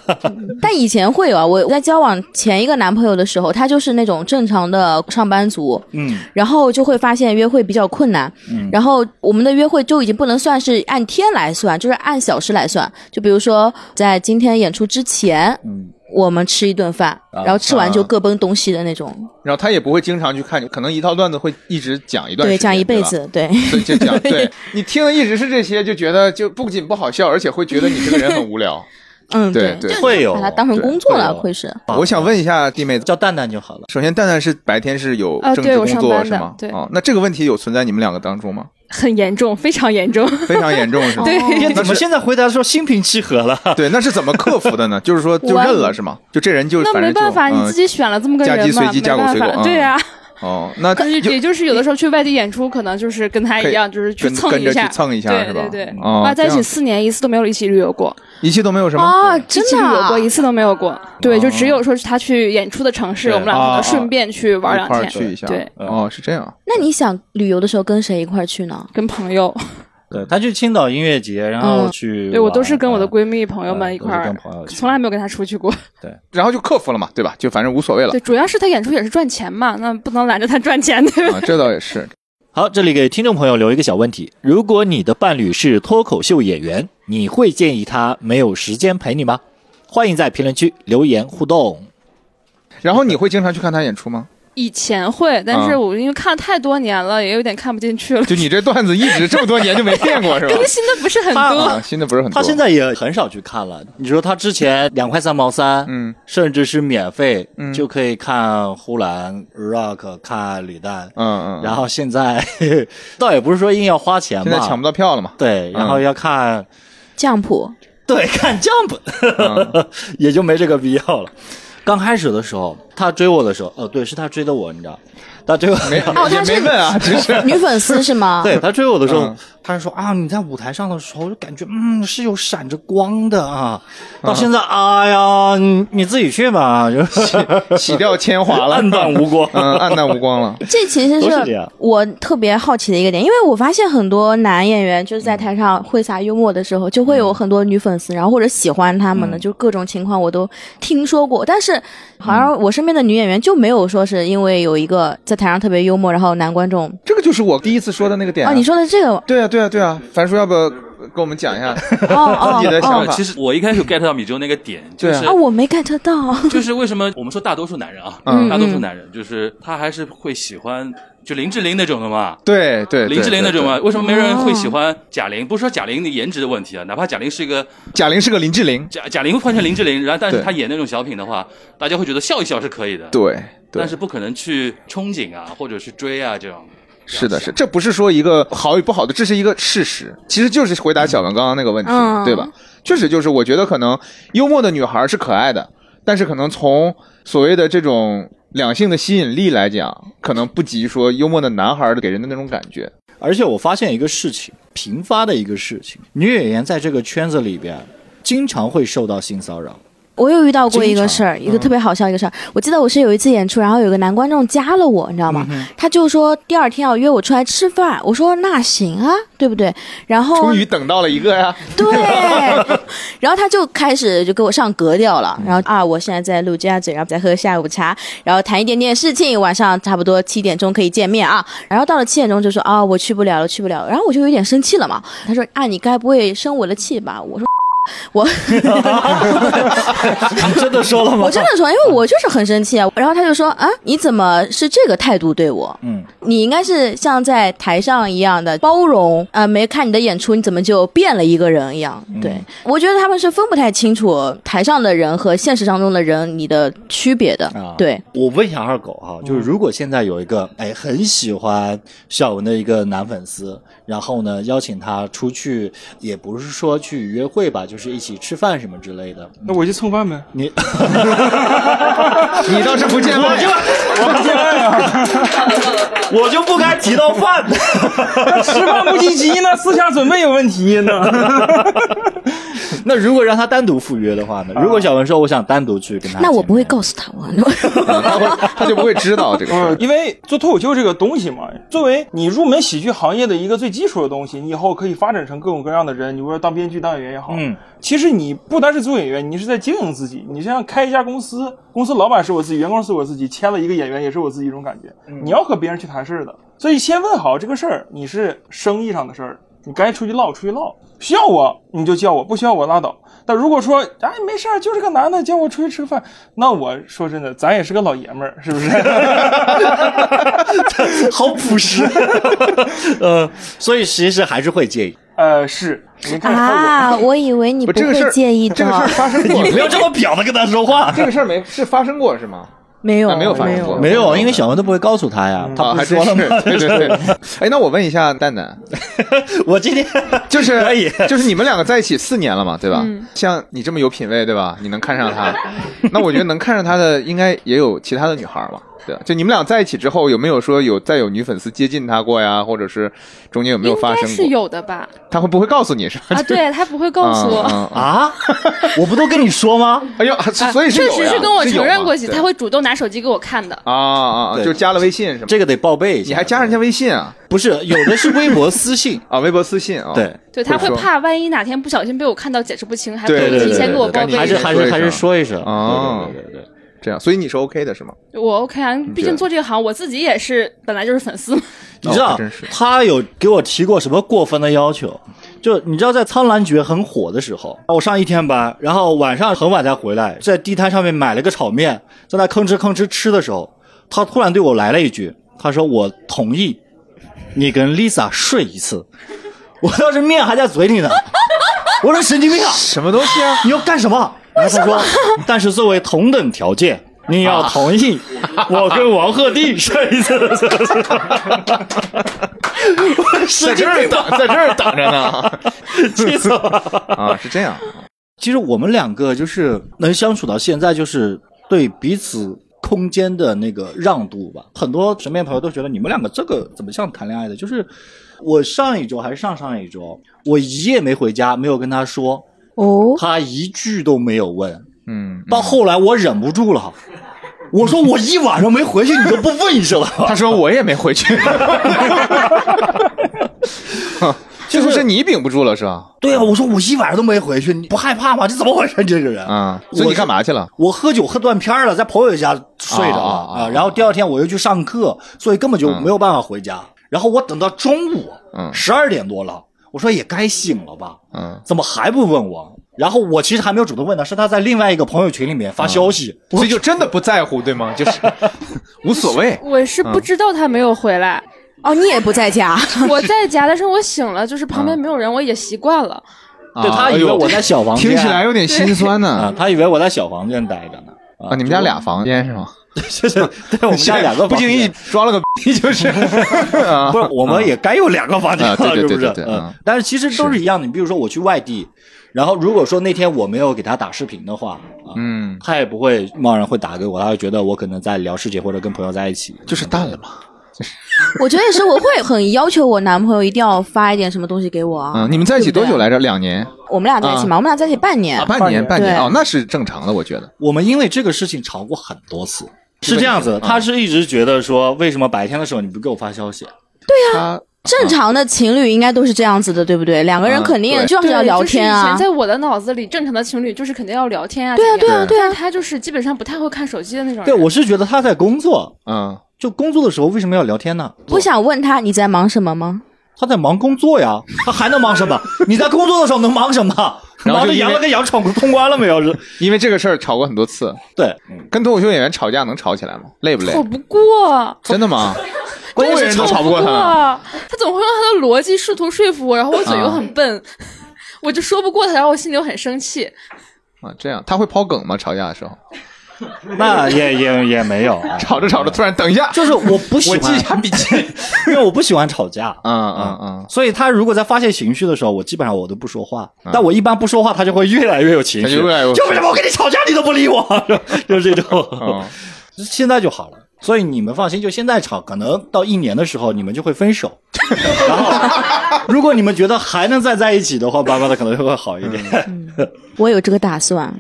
Speaker 3: 但以前会有啊。我在交往前一个男朋友的时候，他就是那种正常的上班族，
Speaker 4: 嗯，
Speaker 3: 然后就会发现约会比较困难，
Speaker 2: 嗯
Speaker 3: 然后我们的约会就已经不能算是按天来算，就是按小时来算。就比如说在今天演出之前，
Speaker 4: 嗯
Speaker 3: 我们吃一顿饭，
Speaker 2: 啊
Speaker 3: 然后吃完就各奔东西的那种。
Speaker 2: 然后他也不会经常去看你，可能一套段子会一直讲一段时间，
Speaker 3: 对，讲一辈
Speaker 2: 吧
Speaker 3: 子，对。
Speaker 2: 所以就 讲，对你听的一直是这些，就觉得就不仅不好笑，而且会觉得你这个人很无 聊。
Speaker 3: 嗯，
Speaker 2: 对对哦
Speaker 3: 就
Speaker 4: 会有
Speaker 3: 把它当成
Speaker 2: 对
Speaker 3: 工作
Speaker 4: 会
Speaker 3: 了，
Speaker 4: 有
Speaker 3: 会是。
Speaker 2: 我想问一下弟妹，
Speaker 4: 叫蛋蛋就好了。
Speaker 2: 首先蛋蛋是白天是有
Speaker 7: 啊
Speaker 2: 正
Speaker 7: 对
Speaker 2: 职
Speaker 7: 我
Speaker 2: 工
Speaker 7: 上
Speaker 2: 作
Speaker 7: 班
Speaker 2: 是
Speaker 7: 的
Speaker 2: 吗？
Speaker 7: 对
Speaker 2: 哦，那这个问题有存在你们两个当中吗？
Speaker 7: 很严重，非常严重。
Speaker 2: 非常严重 是吗？
Speaker 7: 对
Speaker 4: 你怎么现在回答说心平气和了？
Speaker 2: 对，那是怎么克服的 呢？就是说就
Speaker 7: 哦我
Speaker 2: 认了是吗？就这人就
Speaker 7: 那
Speaker 2: 反
Speaker 7: 没
Speaker 2: 正就
Speaker 7: 办法，
Speaker 2: 嗯
Speaker 7: 你自己选了这么个
Speaker 2: 嫁鸡
Speaker 7: 人嘛，
Speaker 2: 随鸡
Speaker 7: 没
Speaker 2: 嫁狗
Speaker 7: 办
Speaker 2: 随狗
Speaker 7: 法。对啊
Speaker 2: 嗯
Speaker 7: 呀、
Speaker 2: 哦， 那
Speaker 7: 可是也就是有的时候去外地演出，可能就是跟他
Speaker 2: 可以
Speaker 7: 一样，就是去
Speaker 2: 跟
Speaker 7: 蹭
Speaker 2: 跟
Speaker 7: 一
Speaker 2: 着
Speaker 7: 下
Speaker 2: 去，蹭一下
Speaker 7: 对
Speaker 2: 是吧
Speaker 7: 对？对，
Speaker 2: 哦
Speaker 7: 哇，在一
Speaker 2: 这样
Speaker 7: 起四年一次都没有一起旅游过，
Speaker 2: 一期都没有什么。
Speaker 3: 哦，
Speaker 7: 一
Speaker 3: 真
Speaker 7: 起
Speaker 3: 的
Speaker 7: 旅游
Speaker 3: 啊
Speaker 7: 过一次都没有过，对，就只有说是他去演出的城市，
Speaker 4: 对
Speaker 7: 我们俩可
Speaker 2: 哦啊
Speaker 7: 能顺便去玩
Speaker 2: 一
Speaker 7: 两
Speaker 2: 块儿
Speaker 7: 天，
Speaker 2: 去一下，
Speaker 7: 对，
Speaker 2: 哦，是这样，
Speaker 3: 那你想旅游的时候跟谁一块儿去呢？
Speaker 7: 跟朋友，
Speaker 4: 对他去青岛音乐节，然后去玩、
Speaker 7: 嗯对我都是跟我的
Speaker 4: 嗯
Speaker 7: 闺蜜朋友们
Speaker 4: 嗯
Speaker 7: 一块
Speaker 4: 都是
Speaker 7: 儿
Speaker 4: 跟朋友，去
Speaker 7: 从来没有跟他出去过。
Speaker 2: 然后就克服了嘛，对吧？就反正无所谓了
Speaker 7: 对，主要是他演出也是赚钱嘛，那不能拦着他赚钱，对吧？
Speaker 2: 啊，这倒也是。
Speaker 4: 好，这里给听众朋友留一个小问题：如果你的伴侣是脱口秀演员，你会建议他没有时间陪你吗？欢迎在评论区留言互动。
Speaker 2: 然后你会经常去看他演出吗？
Speaker 7: 以前会，但是
Speaker 2: 啊
Speaker 7: 我因为看了太多年了，也有点看不进去了，
Speaker 2: 就你这段子一直这么多年就没变过是吧？
Speaker 7: 更新的不是很
Speaker 4: 他
Speaker 7: 多。
Speaker 2: 啊，新的不是很多。
Speaker 4: 他现在也很少去看了。你说他之前两块三毛三，
Speaker 2: 嗯，
Speaker 4: 甚至是免费、
Speaker 2: 嗯
Speaker 4: 就可以看呼兰、Rock、看李诞，
Speaker 2: 嗯嗯，
Speaker 4: 然后现在 倒也不是说硬要花钱
Speaker 2: 现在抢
Speaker 4: 吧？
Speaker 2: 不，到票了嘛
Speaker 4: 对，然后要看、
Speaker 3: 酱谱，
Speaker 4: 对看 Jump，
Speaker 2: 嗯
Speaker 4: 也就没这个必要了。刚开始的时候，他追我的时候，哦，对，是他追的我，你知道，哦他追我，
Speaker 2: 没也没问啊，只是
Speaker 3: 女粉丝是吗？
Speaker 4: 对他追我的时候，
Speaker 2: 嗯
Speaker 4: 他是说啊，你在舞台上的时候，我就感觉嗯是有闪着光的啊，
Speaker 2: 嗯
Speaker 4: 到现在，哎呀，你你自己去 吧，就是
Speaker 2: 洗掉铅华了，
Speaker 4: 暗淡无光。
Speaker 2: 嗯，暗淡无光了。
Speaker 3: 这其实
Speaker 4: 都是这样
Speaker 3: 是我特别好奇的一个点，因为我发现很多男演员就是在台上挥洒幽默的时候，就会有很多女粉丝，然后或者喜欢他们
Speaker 4: 嗯
Speaker 3: 的，就各种情况我都听说过。但是好像我身边的女演员就没有说是因为有一个在台上特别幽默，然后男观众
Speaker 2: 这个就是我第一次说的那个点啊
Speaker 3: 哦，你说的这个
Speaker 2: 对啊，对啊，对啊。樊叔，要不要跟我们讲一下
Speaker 3: 哦哦
Speaker 2: 自己的想
Speaker 3: 哦
Speaker 2: 法
Speaker 8: 呃其？实我一开始有 get 到米粥那个点，就
Speaker 2: 对啊
Speaker 8: 是
Speaker 3: 啊，我没 get 到，
Speaker 8: 就是为什么我们说大多数男人啊，
Speaker 2: 嗯
Speaker 8: 大多数男人就是他还是会喜欢就林志玲那种的嘛。
Speaker 2: 对对，对
Speaker 8: 林志玲那种嘛，？
Speaker 2: 对
Speaker 8: 为什么没人
Speaker 3: 哦
Speaker 8: 会喜欢贾玲？不是说贾玲的颜值的问题啊，哪怕贾玲是一个
Speaker 2: 对贾玲是个林志玲，
Speaker 8: 贾贾玲换成林志玲，然后但是
Speaker 2: 对
Speaker 8: 她演那种小品的话，大家会觉得笑一笑是可以的，
Speaker 2: 对。对
Speaker 8: 但是不可能去憧憬啊，或者去追啊这样。
Speaker 2: 是的，是这不是说一个好与不好的，这是一个事实，其实就是回答小文刚刚那个问题，
Speaker 3: 嗯
Speaker 2: 对吧？确实就是，我觉得可能幽默的女孩是可爱的，但是可能从所谓的这种两性的吸引力来讲，可能不及说幽默的男孩给人的那种感觉。
Speaker 4: 而且我发现一个事情，频发的一个事情，女演员在这个圈子里边，经常会受到性骚 扰。
Speaker 3: 我有遇到过
Speaker 4: 经
Speaker 3: 一个
Speaker 4: 常
Speaker 3: 事儿，一个特别好笑一个事儿。我记得我是有一次演出，然后有个男观众加了我，你知道吗？他就说第二天要约我出来吃饭，我说那行啊，对不对？然
Speaker 4: 哦
Speaker 3: 后
Speaker 2: 终于等到了一个 呀，
Speaker 3: 对， 然后他就开始就给我上格调了，然后啊，我现在在陆家嘴，然后在喝下午茶，然后谈一点点事情，晚上差不多七点钟可以见面啊。然后到了七点钟就说啊，我去不了了，去不了了。然后我就有点生气了嘛，他说啊，你该不会生我的气吧？我说。我
Speaker 4: 你真的说 了吗？
Speaker 3: 我真的说，因为我就是很生气啊。然后他就说啊，你怎么是这个态度对我？
Speaker 4: 嗯，
Speaker 3: 你应该是像在台上一样的包容啊、没看你的演出，你怎么就变了一个人一样？
Speaker 2: 嗯
Speaker 3: 对、我觉得他们是分不太清楚台上的人和现实当中的人你的区别的。
Speaker 4: 啊，
Speaker 3: 对，，
Speaker 4: 我问一下二狗哈、
Speaker 3: 嗯
Speaker 4: 就是如果现在有一个哎很喜欢小文的一个男粉丝，然后呢邀请他出去，也不是说去约会吧，就是一起吃饭什么之类的，
Speaker 1: 那我去蹭 饭呗。
Speaker 4: 你
Speaker 2: 你倒是不见外，
Speaker 1: 啊
Speaker 4: 我就不该提到 饭。
Speaker 1: 吃饭不积极呢，思想准备有问题呢。
Speaker 4: 那如果让他单独赴约的话呢？如果小文说我想单独去跟他，
Speaker 3: 那我不会告。诉他我。
Speaker 2: 他会他就不会知道这个事儿
Speaker 1: 嗯，。因为做脱口秀这个东西嘛，作为你入门喜剧行业的一个最基础的东西，你以后可以发展成各种各样的人。你比如说当编剧、当演员也好，
Speaker 4: 嗯，
Speaker 1: 其实你不单是做演员，你是在经营自己。你像开一家公司，公司老板是我自己，员工是我自己，签了一个演员也是我自己一种感觉。你要和别人去谈事儿的，所以先问好这个事儿，你是生意上的事儿，你该出去唠出去唠，需要我你就叫我，不需要我拉倒。但如果说哎没事儿，就是个男的，叫我出去吃个饭，那我说真的，咱也是个老爷们儿，是不是？
Speaker 4: 好朴实。 呃，所以其实还是会 介意。
Speaker 1: 呃，是，你看看我
Speaker 3: 啊，我以为你
Speaker 2: 不
Speaker 3: 不
Speaker 2: 这个事
Speaker 3: 会
Speaker 2: 儿
Speaker 3: 介意的，
Speaker 2: 这个事儿发生过
Speaker 4: 你，不要这么婊子跟他说话。
Speaker 2: 这个事儿没是发生过是吗？
Speaker 3: 没有
Speaker 2: 啊没有发生过
Speaker 4: 没有，因为小王都不会告诉他呀，他
Speaker 2: 啊，
Speaker 4: 不
Speaker 2: 还
Speaker 4: 嗯是
Speaker 2: 真
Speaker 4: 说
Speaker 2: 是
Speaker 4: 了吗？
Speaker 2: 对对 对。哎，那我问一下蛋蛋，
Speaker 4: 我今天
Speaker 2: 就是
Speaker 4: 可以
Speaker 2: 就是你们两个在一起四年了嘛，对吧？
Speaker 7: 嗯
Speaker 2: 像你这么有品位，对吧？你能看上 他，那我觉得能看上他的应该也有其他的女孩吧，对吧？就你们俩在一起之后，有没有说有再有女粉丝接近他过呀？或者是中间有没有
Speaker 7: 应
Speaker 2: 发
Speaker 7: 该
Speaker 2: 生
Speaker 7: 是
Speaker 2: 过？
Speaker 7: 有的吧？
Speaker 2: 他会不会告诉你是吧？
Speaker 7: 啊，对他不会告诉我。啊
Speaker 2: 啊啊啊
Speaker 4: 啊， 我不都跟你说吗？
Speaker 2: 哎呦，所以是
Speaker 7: 确
Speaker 2: 有
Speaker 7: 实
Speaker 2: 呀
Speaker 7: 是跟我
Speaker 2: 有
Speaker 7: 承认
Speaker 2: 嘛
Speaker 7: 过几次，
Speaker 2: 对
Speaker 7: 他会主动拿手机给我看的。
Speaker 2: 啊啊啊，
Speaker 4: 对
Speaker 2: 就加了微信是吗？
Speaker 4: 这个得报备一下。
Speaker 2: 你还加人家微信啊？
Speaker 4: 不是，有的是微博
Speaker 2: ，
Speaker 4: 私信
Speaker 2: 啊，微博私信啊？
Speaker 4: 对
Speaker 7: 对，他会
Speaker 2: 说
Speaker 7: 怕万一哪天不小心被我看到，解释不清，还
Speaker 2: 对
Speaker 7: 会
Speaker 2: 对
Speaker 7: 提
Speaker 2: 对
Speaker 7: 前
Speaker 2: 对
Speaker 7: 给我
Speaker 2: 对
Speaker 7: 报
Speaker 2: 赶紧
Speaker 7: 备
Speaker 4: 还是
Speaker 7: 的。
Speaker 4: 还是还是说一声
Speaker 2: 哦
Speaker 4: 对对对对对
Speaker 2: 这样，所以你是 OK 的是吗？
Speaker 7: 我 OK 啊，毕竟做这个行，我自己也是本来就是粉丝嘛。
Speaker 4: 你知
Speaker 2: 哦
Speaker 4: 道、
Speaker 2: 还真是
Speaker 4: 他有给我提过什么过分的要求？就你知道，在苍兰诀很火的时候，我上一天班，然后晚上很晚才回来，在地摊上面买了个炒面，在那吭哧吭哧吃的时候，他突然对我来了一句：“他说我同意你跟 Lisa 睡一次。”我当时面还在嘴里呢，我说神 经病啊！
Speaker 2: 什么东西啊？
Speaker 4: 你要干什么？然后他说，但是作为同等条件，你要
Speaker 2: 啊
Speaker 4: 同意我跟王鹤棣睡一次。
Speaker 2: 在
Speaker 4: 神
Speaker 2: 这
Speaker 4: 经
Speaker 2: 儿
Speaker 4: 病
Speaker 2: 等，在这儿等着呢。
Speaker 4: 气死我了！
Speaker 2: 啊，是这样
Speaker 4: 其实我们两个就是能相处到现在，就是对彼此空间的那个让渡吧。很多身边朋友都觉得你们两个这个怎么像谈恋爱的？就是我上一周还是上上一周，我一夜没回家，没有跟他说，
Speaker 3: 哦，
Speaker 4: 他一句都没有问。
Speaker 2: 嗯，
Speaker 4: 到后来我忍不住了，我说我一晚上没回去，你都不问一 声了吗？
Speaker 2: 他说我也没 回去，最后是你顶不住了是吧？
Speaker 4: 对啊，我说我一晚上都没回去，你不害怕吗？这怎么回事？你这个人
Speaker 2: 啊，所以你干？嘛去了？
Speaker 4: 我是我喝酒喝断片儿了，在朋友家睡着了
Speaker 2: 啊啊啊
Speaker 4: 啊，然后第二天我又去上课，所以根本就没有办法回家。然后我等到中午
Speaker 2: 嗯
Speaker 4: 十二点多了，我说也该醒了吧，
Speaker 2: 嗯，
Speaker 4: 怎么还不问我？然后我其实还没有主动问他，是他在另外一个朋友群里面发消息，
Speaker 2: 所以就真的不在乎对 吗？就是无所谓。
Speaker 7: 我是不知道他没有回来，
Speaker 3: 哦，你也不在家，
Speaker 2: 嗯
Speaker 7: 我在家，但是我醒了，就是旁边没有人，我也习惯了。
Speaker 4: 对他
Speaker 2: 哎
Speaker 4: 以为我在小房间，
Speaker 2: 嗯啊听起来有嗯点心酸
Speaker 4: 啊
Speaker 2: 呢，。
Speaker 4: 他以为我在小房间待 着呢。
Speaker 2: 啊，你们家俩房间是吗？
Speaker 4: 就是对我们家两个
Speaker 2: 不
Speaker 4: 房间
Speaker 2: 经意装了个逼，就是。啊
Speaker 4: 不是，我们也该有两个房间了，
Speaker 2: 啊对对对
Speaker 4: 是不是？
Speaker 2: 对对对
Speaker 4: 嗯
Speaker 2: 嗯，
Speaker 4: 但是其实都是一样的。你比如说我去外地，然后如果说那天我没有给他打视频的话，啊，
Speaker 2: 嗯，
Speaker 4: 他也不会贸然会打给我，他会觉得我可能在聊事情或者跟朋友在一起。
Speaker 2: 就是淡了嘛。
Speaker 3: 我觉得也是，我会很要求我男朋友一定要发一点什么东西给我啊。
Speaker 2: 嗯，你们在一起多久
Speaker 3: 对
Speaker 2: 来着？两年
Speaker 3: 不对？我们俩在一起嘛，我们俩在一起半年
Speaker 2: 啊，，半年，半
Speaker 3: 对
Speaker 2: 年哦，那是正常的，我觉得。
Speaker 4: 我们因为这个事情吵过很多次。是
Speaker 2: 这
Speaker 4: 这
Speaker 2: 个
Speaker 4: 样
Speaker 2: 意思
Speaker 4: 子的，
Speaker 2: 嗯
Speaker 4: 他是一直觉得说，为什么白天的时候你不给我发消息？
Speaker 2: 他
Speaker 3: 正常的情侣应该都是这样子的，对不对？两个人
Speaker 2: 嗯
Speaker 3: 肯定
Speaker 2: 对
Speaker 3: 就是要聊天
Speaker 7: 就是以
Speaker 3: 啊
Speaker 7: 前。在我的脑子里，正常的情侣就是肯定要聊天啊。
Speaker 3: 对啊，
Speaker 7: 怎
Speaker 3: 对
Speaker 7: 么
Speaker 3: 啊，
Speaker 7: 样
Speaker 3: 对啊
Speaker 7: 但。他就是基本上不太会看手机的那种人。
Speaker 4: 对，我是觉得他在工作，
Speaker 2: 嗯，
Speaker 4: 就工作的时候为什么要聊天呢？
Speaker 3: 我想问他你在忙什么吗？
Speaker 4: 他在忙工作呀，他还能忙什么？你在工作的时候能忙什么？
Speaker 2: 然后
Speaker 4: 忙
Speaker 2: 就因
Speaker 4: 着
Speaker 2: 为
Speaker 4: 羊了个羊闯通关了没有？是
Speaker 2: 因为这个事儿吵过很多次。
Speaker 4: 对，
Speaker 2: 跟脱口秀演员吵架能吵起来吗？累不累
Speaker 7: 吵？不过，
Speaker 2: 真的 吗？
Speaker 7: 真
Speaker 2: 公务
Speaker 7: 的
Speaker 2: 人
Speaker 7: 是
Speaker 2: 都吵
Speaker 7: 不啊
Speaker 2: 不过他。
Speaker 7: 他 总会用他的逻辑试图说服我，然后我嘴又很笨， 我就说不过他，然后我心里又很生气。
Speaker 2: 啊，这样他会抛梗吗？吵架的时候，
Speaker 4: 那也也也没有啊，
Speaker 2: 吵着吵着突然等一下，
Speaker 4: 就是我不喜
Speaker 2: 我记一
Speaker 4: 欢，
Speaker 2: 下笔记。
Speaker 4: 因为我不喜欢吵架。
Speaker 2: 嗯嗯嗯，
Speaker 4: 啊所以他如果在发泄情绪的时候，我基本上我都不说话。但我一般不说话，他就会越来越有情
Speaker 2: 他
Speaker 4: 绪。
Speaker 2: 嗯就越来越有
Speaker 4: 就为什么我跟你吵架你都不理我？ 就是这种
Speaker 2: 嗯。
Speaker 4: 现在就好了。所以你们放心，就现在吵，可能到一年的时候你们就会 分手。然后，如果你们觉得还能再在一起的话，慢慢的可能就会好一点。
Speaker 2: 嗯
Speaker 3: 我有这个打算，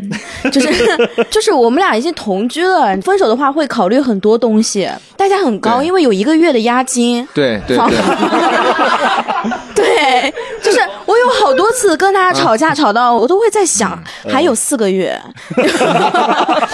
Speaker 3: 就是就是我们俩已经同居了，分手的话会考虑很多东西，代价很高，
Speaker 2: 对
Speaker 3: 因为有一个月的押金。
Speaker 2: 对对对，
Speaker 3: 对，就是我有好多次跟他吵
Speaker 2: 嗯
Speaker 3: 架，吵到我都会在想，还有四 个月，我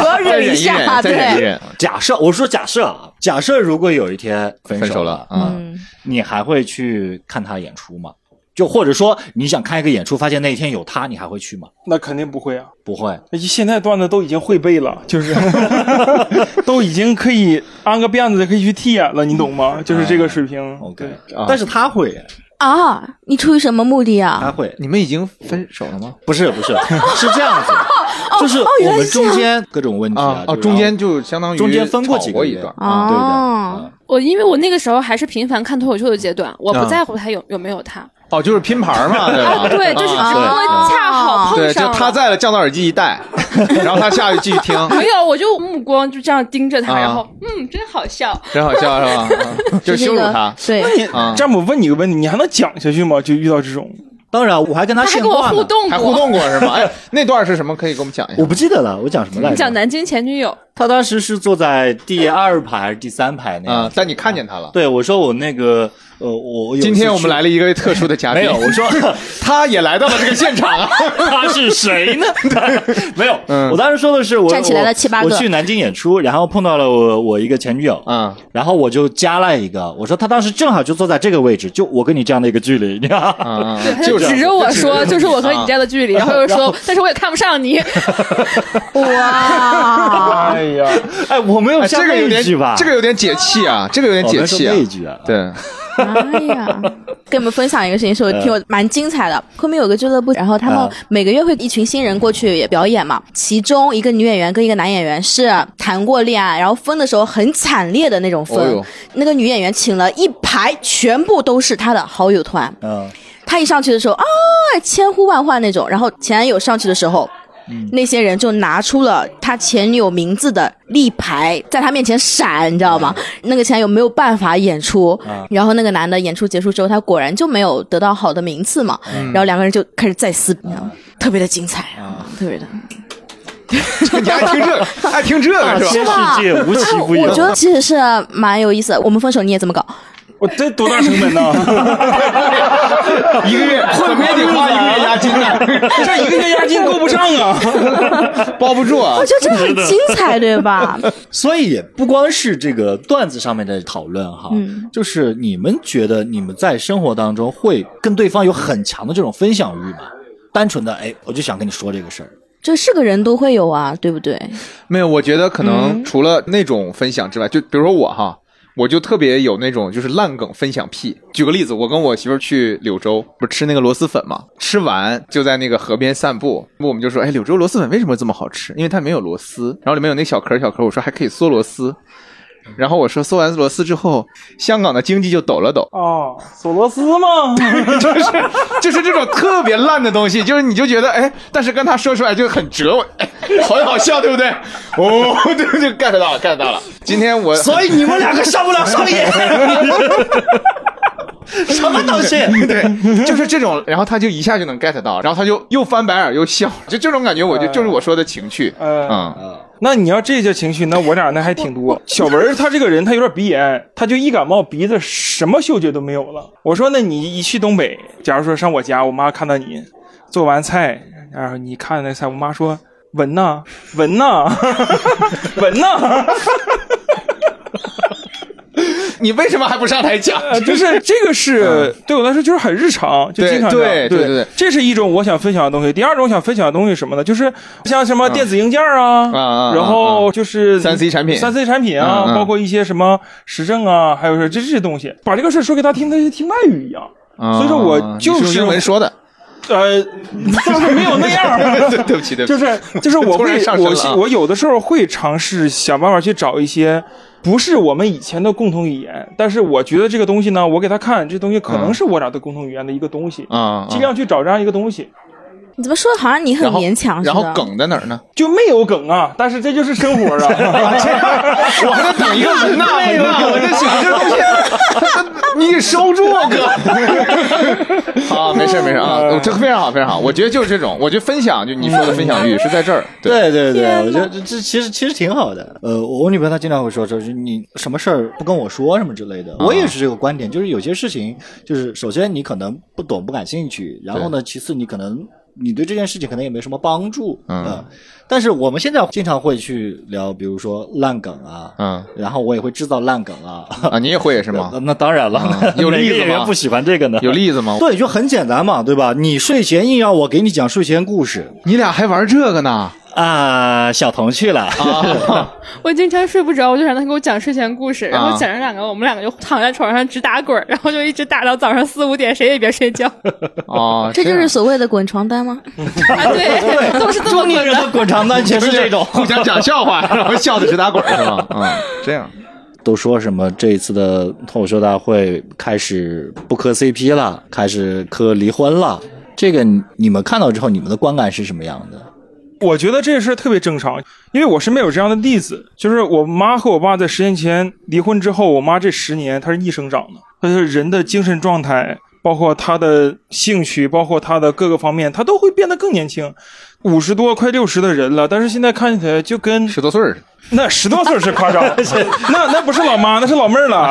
Speaker 3: 要
Speaker 2: 再
Speaker 3: 忍
Speaker 2: 忍一忍，
Speaker 3: 下。
Speaker 2: 再忍一
Speaker 3: 对，
Speaker 2: 忍，
Speaker 4: 假设我说假设啊，假设如果有一天分
Speaker 2: 分手
Speaker 4: 手
Speaker 2: 了
Speaker 4: 了，
Speaker 2: 啊。
Speaker 3: 嗯，
Speaker 4: 你还会去看他演出吗？就或者说你想看一个演出，发现那一天有他，你还会去吗？
Speaker 1: 那肯定不会啊！
Speaker 4: 不会。
Speaker 1: 现在段子都已经会背了，就是 都已经可以安个辫子可以去替演了，你懂吗？就是这个水平。
Speaker 4: OK，但是他会，
Speaker 3: 啊，你出于什么目的啊？
Speaker 4: 他会，
Speaker 2: 你们已经分手了吗？
Speaker 4: 不是不是，是这样子，就是我们中间各种问题
Speaker 2: 啊
Speaker 4: 就
Speaker 2: 哦，中间就相当于
Speaker 4: 中间分过几
Speaker 2: 吵过
Speaker 4: 个
Speaker 2: 一
Speaker 4: 月
Speaker 2: 段
Speaker 4: 啊，对的。
Speaker 3: 哦，
Speaker 7: 我因为我那个时候还是频繁看脱口秀的阶段，我不
Speaker 2: 嗯
Speaker 7: 在乎他有有没有他，
Speaker 2: 哦，就是拼盘儿 嘛，对吧？
Speaker 7: 对，就是只
Speaker 3: 啊
Speaker 7: 不过恰
Speaker 3: 哦
Speaker 7: 好碰
Speaker 2: 对，就
Speaker 7: 上
Speaker 2: 他
Speaker 7: 了。
Speaker 2: 在了，降到耳机一戴，然后他下去继续听，
Speaker 7: 没有，我就目光就这样盯着他，
Speaker 2: 啊
Speaker 7: 然后嗯，真好笑。
Speaker 2: 真好笑是吧？ 啊就羞辱他，
Speaker 3: 对
Speaker 1: 那，你
Speaker 2: 啊
Speaker 1: 詹姆问你个问题，你还能讲下去吗？就遇到这种，
Speaker 4: 当然，我还跟他
Speaker 7: 他还
Speaker 4: 现
Speaker 7: 跟我
Speaker 4: 挂
Speaker 7: 互
Speaker 4: 呢，
Speaker 7: 动
Speaker 2: 还互
Speaker 7: 过，
Speaker 2: 动过是吗？哎，那段是什么？可以给我们讲一下
Speaker 4: 我。不记得了，我讲什么来
Speaker 7: 讲
Speaker 4: 着？
Speaker 7: 南京前女友，
Speaker 4: 他当时是坐在第二排还是第三排那
Speaker 2: 啊
Speaker 4: 样？，
Speaker 2: 但你看见他了。
Speaker 4: 对，我说我那个呃，我我有一次
Speaker 2: 今天我们
Speaker 4: 去
Speaker 2: 来了一个特殊的嘉宾，
Speaker 4: 没有，我说
Speaker 2: 他也来到了这个现场啊。
Speaker 4: 他是 谁呢？没有，
Speaker 2: 嗯
Speaker 4: 我当时说的是我
Speaker 3: 站起来了
Speaker 4: 我
Speaker 3: 七八个
Speaker 4: 我去南京演出，然后碰到了我我一个前女友，
Speaker 2: 嗯，
Speaker 4: 然后我就加了一个，我说他当时正好就坐在这个位置，就我跟你这样的一个距离，你知道吗？
Speaker 2: 啊
Speaker 7: 对，他
Speaker 2: 就
Speaker 7: 就是指着我说，就是我和你这样的距 离，然后又说，但是我也看不上 你，
Speaker 3: 哇，
Speaker 1: 哎呀，
Speaker 4: 哎，我没有
Speaker 2: 哎
Speaker 4: 下
Speaker 2: 这个有
Speaker 4: 那一
Speaker 2: 点
Speaker 4: 句吧？，
Speaker 2: 这个有点解气啊，这个有点
Speaker 4: 我
Speaker 2: 解
Speaker 4: 没说
Speaker 2: 气啊
Speaker 4: 那。一句啊，
Speaker 2: 对，
Speaker 3: 哎呀，给你们分享一个事情，
Speaker 2: 嗯
Speaker 3: 是我听我蛮精彩的。后面有个俱乐部，然后他们
Speaker 4: 啊
Speaker 3: 每个月会一群新人过去也表演嘛，其中一个女演员跟一个男演员是谈过恋爱，然后分的时候很惨烈的那种分。
Speaker 2: 哦哟
Speaker 3: 那个女演员请了一排全部都是她的好友团，
Speaker 4: 嗯，
Speaker 3: 她一上去的时候啊，千呼万唤那种，然后前男友上去的时候。
Speaker 2: 嗯
Speaker 3: 那些人就拿出了她前女友名字的立牌，在她面前闪，你知道
Speaker 2: 嗯
Speaker 3: 吗？那个前男友没有办法演出，
Speaker 2: 啊
Speaker 3: 然后那个男的演出结束之后，他果然就没有得到好的名次嘛，
Speaker 2: 嗯
Speaker 3: 然后两个人就开始再撕，你知道
Speaker 2: 啊
Speaker 3: 吗？特别的精彩，特别的。
Speaker 2: 你爱听这，个，爱听这个是吧？
Speaker 4: 全世界无奇不
Speaker 3: 我
Speaker 4: 有
Speaker 3: 觉。得其实是蛮有意思的。我们分手你也这么搞，
Speaker 1: 我这多大成本呢？
Speaker 2: 一个月会不会得花一
Speaker 4: 哎
Speaker 2: 个月押金呢？
Speaker 1: 这一个月押金够不上啊！
Speaker 2: 包不住啊
Speaker 3: 我！觉得这很精彩，对吧？
Speaker 4: 所以也不光是这个段子上面的讨论哈，
Speaker 3: 嗯
Speaker 4: 就是你们觉得你们在生活当中会跟对方有很强的这种分享欲吗？单纯的哎，我就想跟你说这个事儿，
Speaker 3: 这是个人都会有啊，对不对？
Speaker 2: 没有，我觉得可能除了那种分享之外，就比如说我哈，我就特别有那种就是烂梗分享癖。举个例子，我跟我媳妇儿去柳州，不是吃那个螺蛳粉嘛，吃完就在那个河边散步，我们就说，哎，柳州螺蛳粉为什么这么好吃？因为它没有螺丝，然后里面有那小壳儿小壳儿，我说还可以缩螺丝。然后我说缩完螺丝之后，香港的经济就抖了抖，
Speaker 1: 哦，索罗斯吗？
Speaker 2: 就是这种特别烂的东西，就是你就觉得哎，但是跟他说出来就很折，我、哎、很好笑，对不对？哦，对对对，get 到了，get 到了。今天我
Speaker 4: 所以你们两个上不了 上瘾，什么东西？
Speaker 2: 对，就是这种，然后他就一下就能 get 到，然后他就又翻白眼又笑，就这种感觉，我
Speaker 1: 哎
Speaker 2: 就就是我说的情趣，
Speaker 1: 呃
Speaker 2: 嗯，
Speaker 1: 那你要这些情绪，那我俩那还挺多。小文儿他这个人，他有点鼻炎，他就一感冒，鼻子什么嗅觉都没有了。我说，那你一去东北，假如说上我家，我妈看到你做完菜，然后你看那菜，我妈说闻呐，闻呐， 闻呐，
Speaker 2: 你为什么还不上台讲？
Speaker 1: 呃就是这个是对我来说就是很日常，就
Speaker 2: 嗯对
Speaker 1: 经常这样
Speaker 2: 对对对对
Speaker 1: 这是一种我想分享的东西。第二种想分享的东西是什么呢？就是像什么电子硬件啊，
Speaker 2: 嗯啊啊啊
Speaker 1: 然后就是
Speaker 2: 三 C 产品
Speaker 1: 三 C 产品啊，
Speaker 2: 嗯嗯
Speaker 1: 包括一些什么时政啊，还有是这这些东西，把这个事说给他听，他就听外语一样。所以说我就
Speaker 2: 嗯啊你用
Speaker 1: 是
Speaker 2: 英文 说的，
Speaker 1: 呃，倒是没有那样儿。
Speaker 2: 对对不起 对不
Speaker 1: 就
Speaker 2: 起，
Speaker 1: 是就是我
Speaker 2: 突然
Speaker 1: 会
Speaker 2: 上升
Speaker 1: 我
Speaker 2: 了啊
Speaker 1: 是我有的时候会尝试想办法去找一些不是我们以前的共同语言，但是我觉得这个东西呢，我给他看，这东西可能
Speaker 2: 嗯
Speaker 1: 是我俩的共同语言的一个东西，
Speaker 2: 啊，
Speaker 1: 尽量去找这样一个东西，
Speaker 3: 你怎么说的好像你很
Speaker 2: 然后
Speaker 3: 勉强似的？
Speaker 2: 然后梗在哪儿呢？
Speaker 1: 就没有梗啊，但是这就是生活啊。
Speaker 2: 我还在等一个文 呐，文呐，我在想这东西，你收住啊，哥。 好，没事没事啊，这非常好非常好，我觉得就是这种，我觉得分享就你说的分享欲是在这儿，嗯对，
Speaker 4: 对对对，我觉得这这其实其实挺好的。呃，我我女朋友她经常会说，就是你什么事儿不跟我说什么之类的。我也是这个观点，就是有些事情，就是首先你可能不懂不感兴趣，然后呢，其次你可能你对这件事情可能也没什么帮助，
Speaker 2: 嗯
Speaker 4: 呃但是我们现在经常会去聊，比如说烂梗啊，
Speaker 2: 嗯
Speaker 4: 然后我也会制造烂梗啊，
Speaker 2: 啊，你也会是吗
Speaker 4: 那？那当然 了，
Speaker 2: 嗯有
Speaker 4: 哪个
Speaker 2: 例子
Speaker 4: 演员
Speaker 2: 吗
Speaker 4: 不喜欢这个呢？
Speaker 2: 有例子吗？
Speaker 4: 对，就很简单嘛，对吧？你睡前硬要我给你讲睡前故事
Speaker 2: 你俩还玩这个呢？
Speaker 4: 啊，小童去了，
Speaker 2: 啊，
Speaker 7: 我经常睡不着，我就让他给我讲睡前故事，然后
Speaker 2: 啊
Speaker 7: 讲着两个，我们两个就躺在床上直打滚儿，然后就一直打到早上四五点，谁也别睡 觉。
Speaker 2: 哦，
Speaker 3: 这就
Speaker 2: 样。
Speaker 3: 是所谓的滚床单吗？
Speaker 7: 啊，对，都是这么
Speaker 4: 中年
Speaker 7: 滚
Speaker 4: 人的
Speaker 7: 的。
Speaker 4: 滚床单全是这种
Speaker 2: 互相讲笑话，然后笑的直打滚是吗？嗯，这样
Speaker 4: 都说什么这一次的脱口秀大会开始不磕 CP 了，开始磕离婚了。这个你你们看到之后，你们的观感是什么样的？
Speaker 1: 我觉得这事儿特别正常，因为我身边有这样的例子，就是我妈和我爸在十年前离婚之后，我妈这十年她是逆生长的，她的人的精神状态，包括她的兴趣，包括她的各个方面，她都会变得更年轻。五十多快六十的人了，但是现在看起来就跟
Speaker 2: 十多岁儿
Speaker 1: 那十多岁是夸张，那那不是老妈，那是老妹儿了。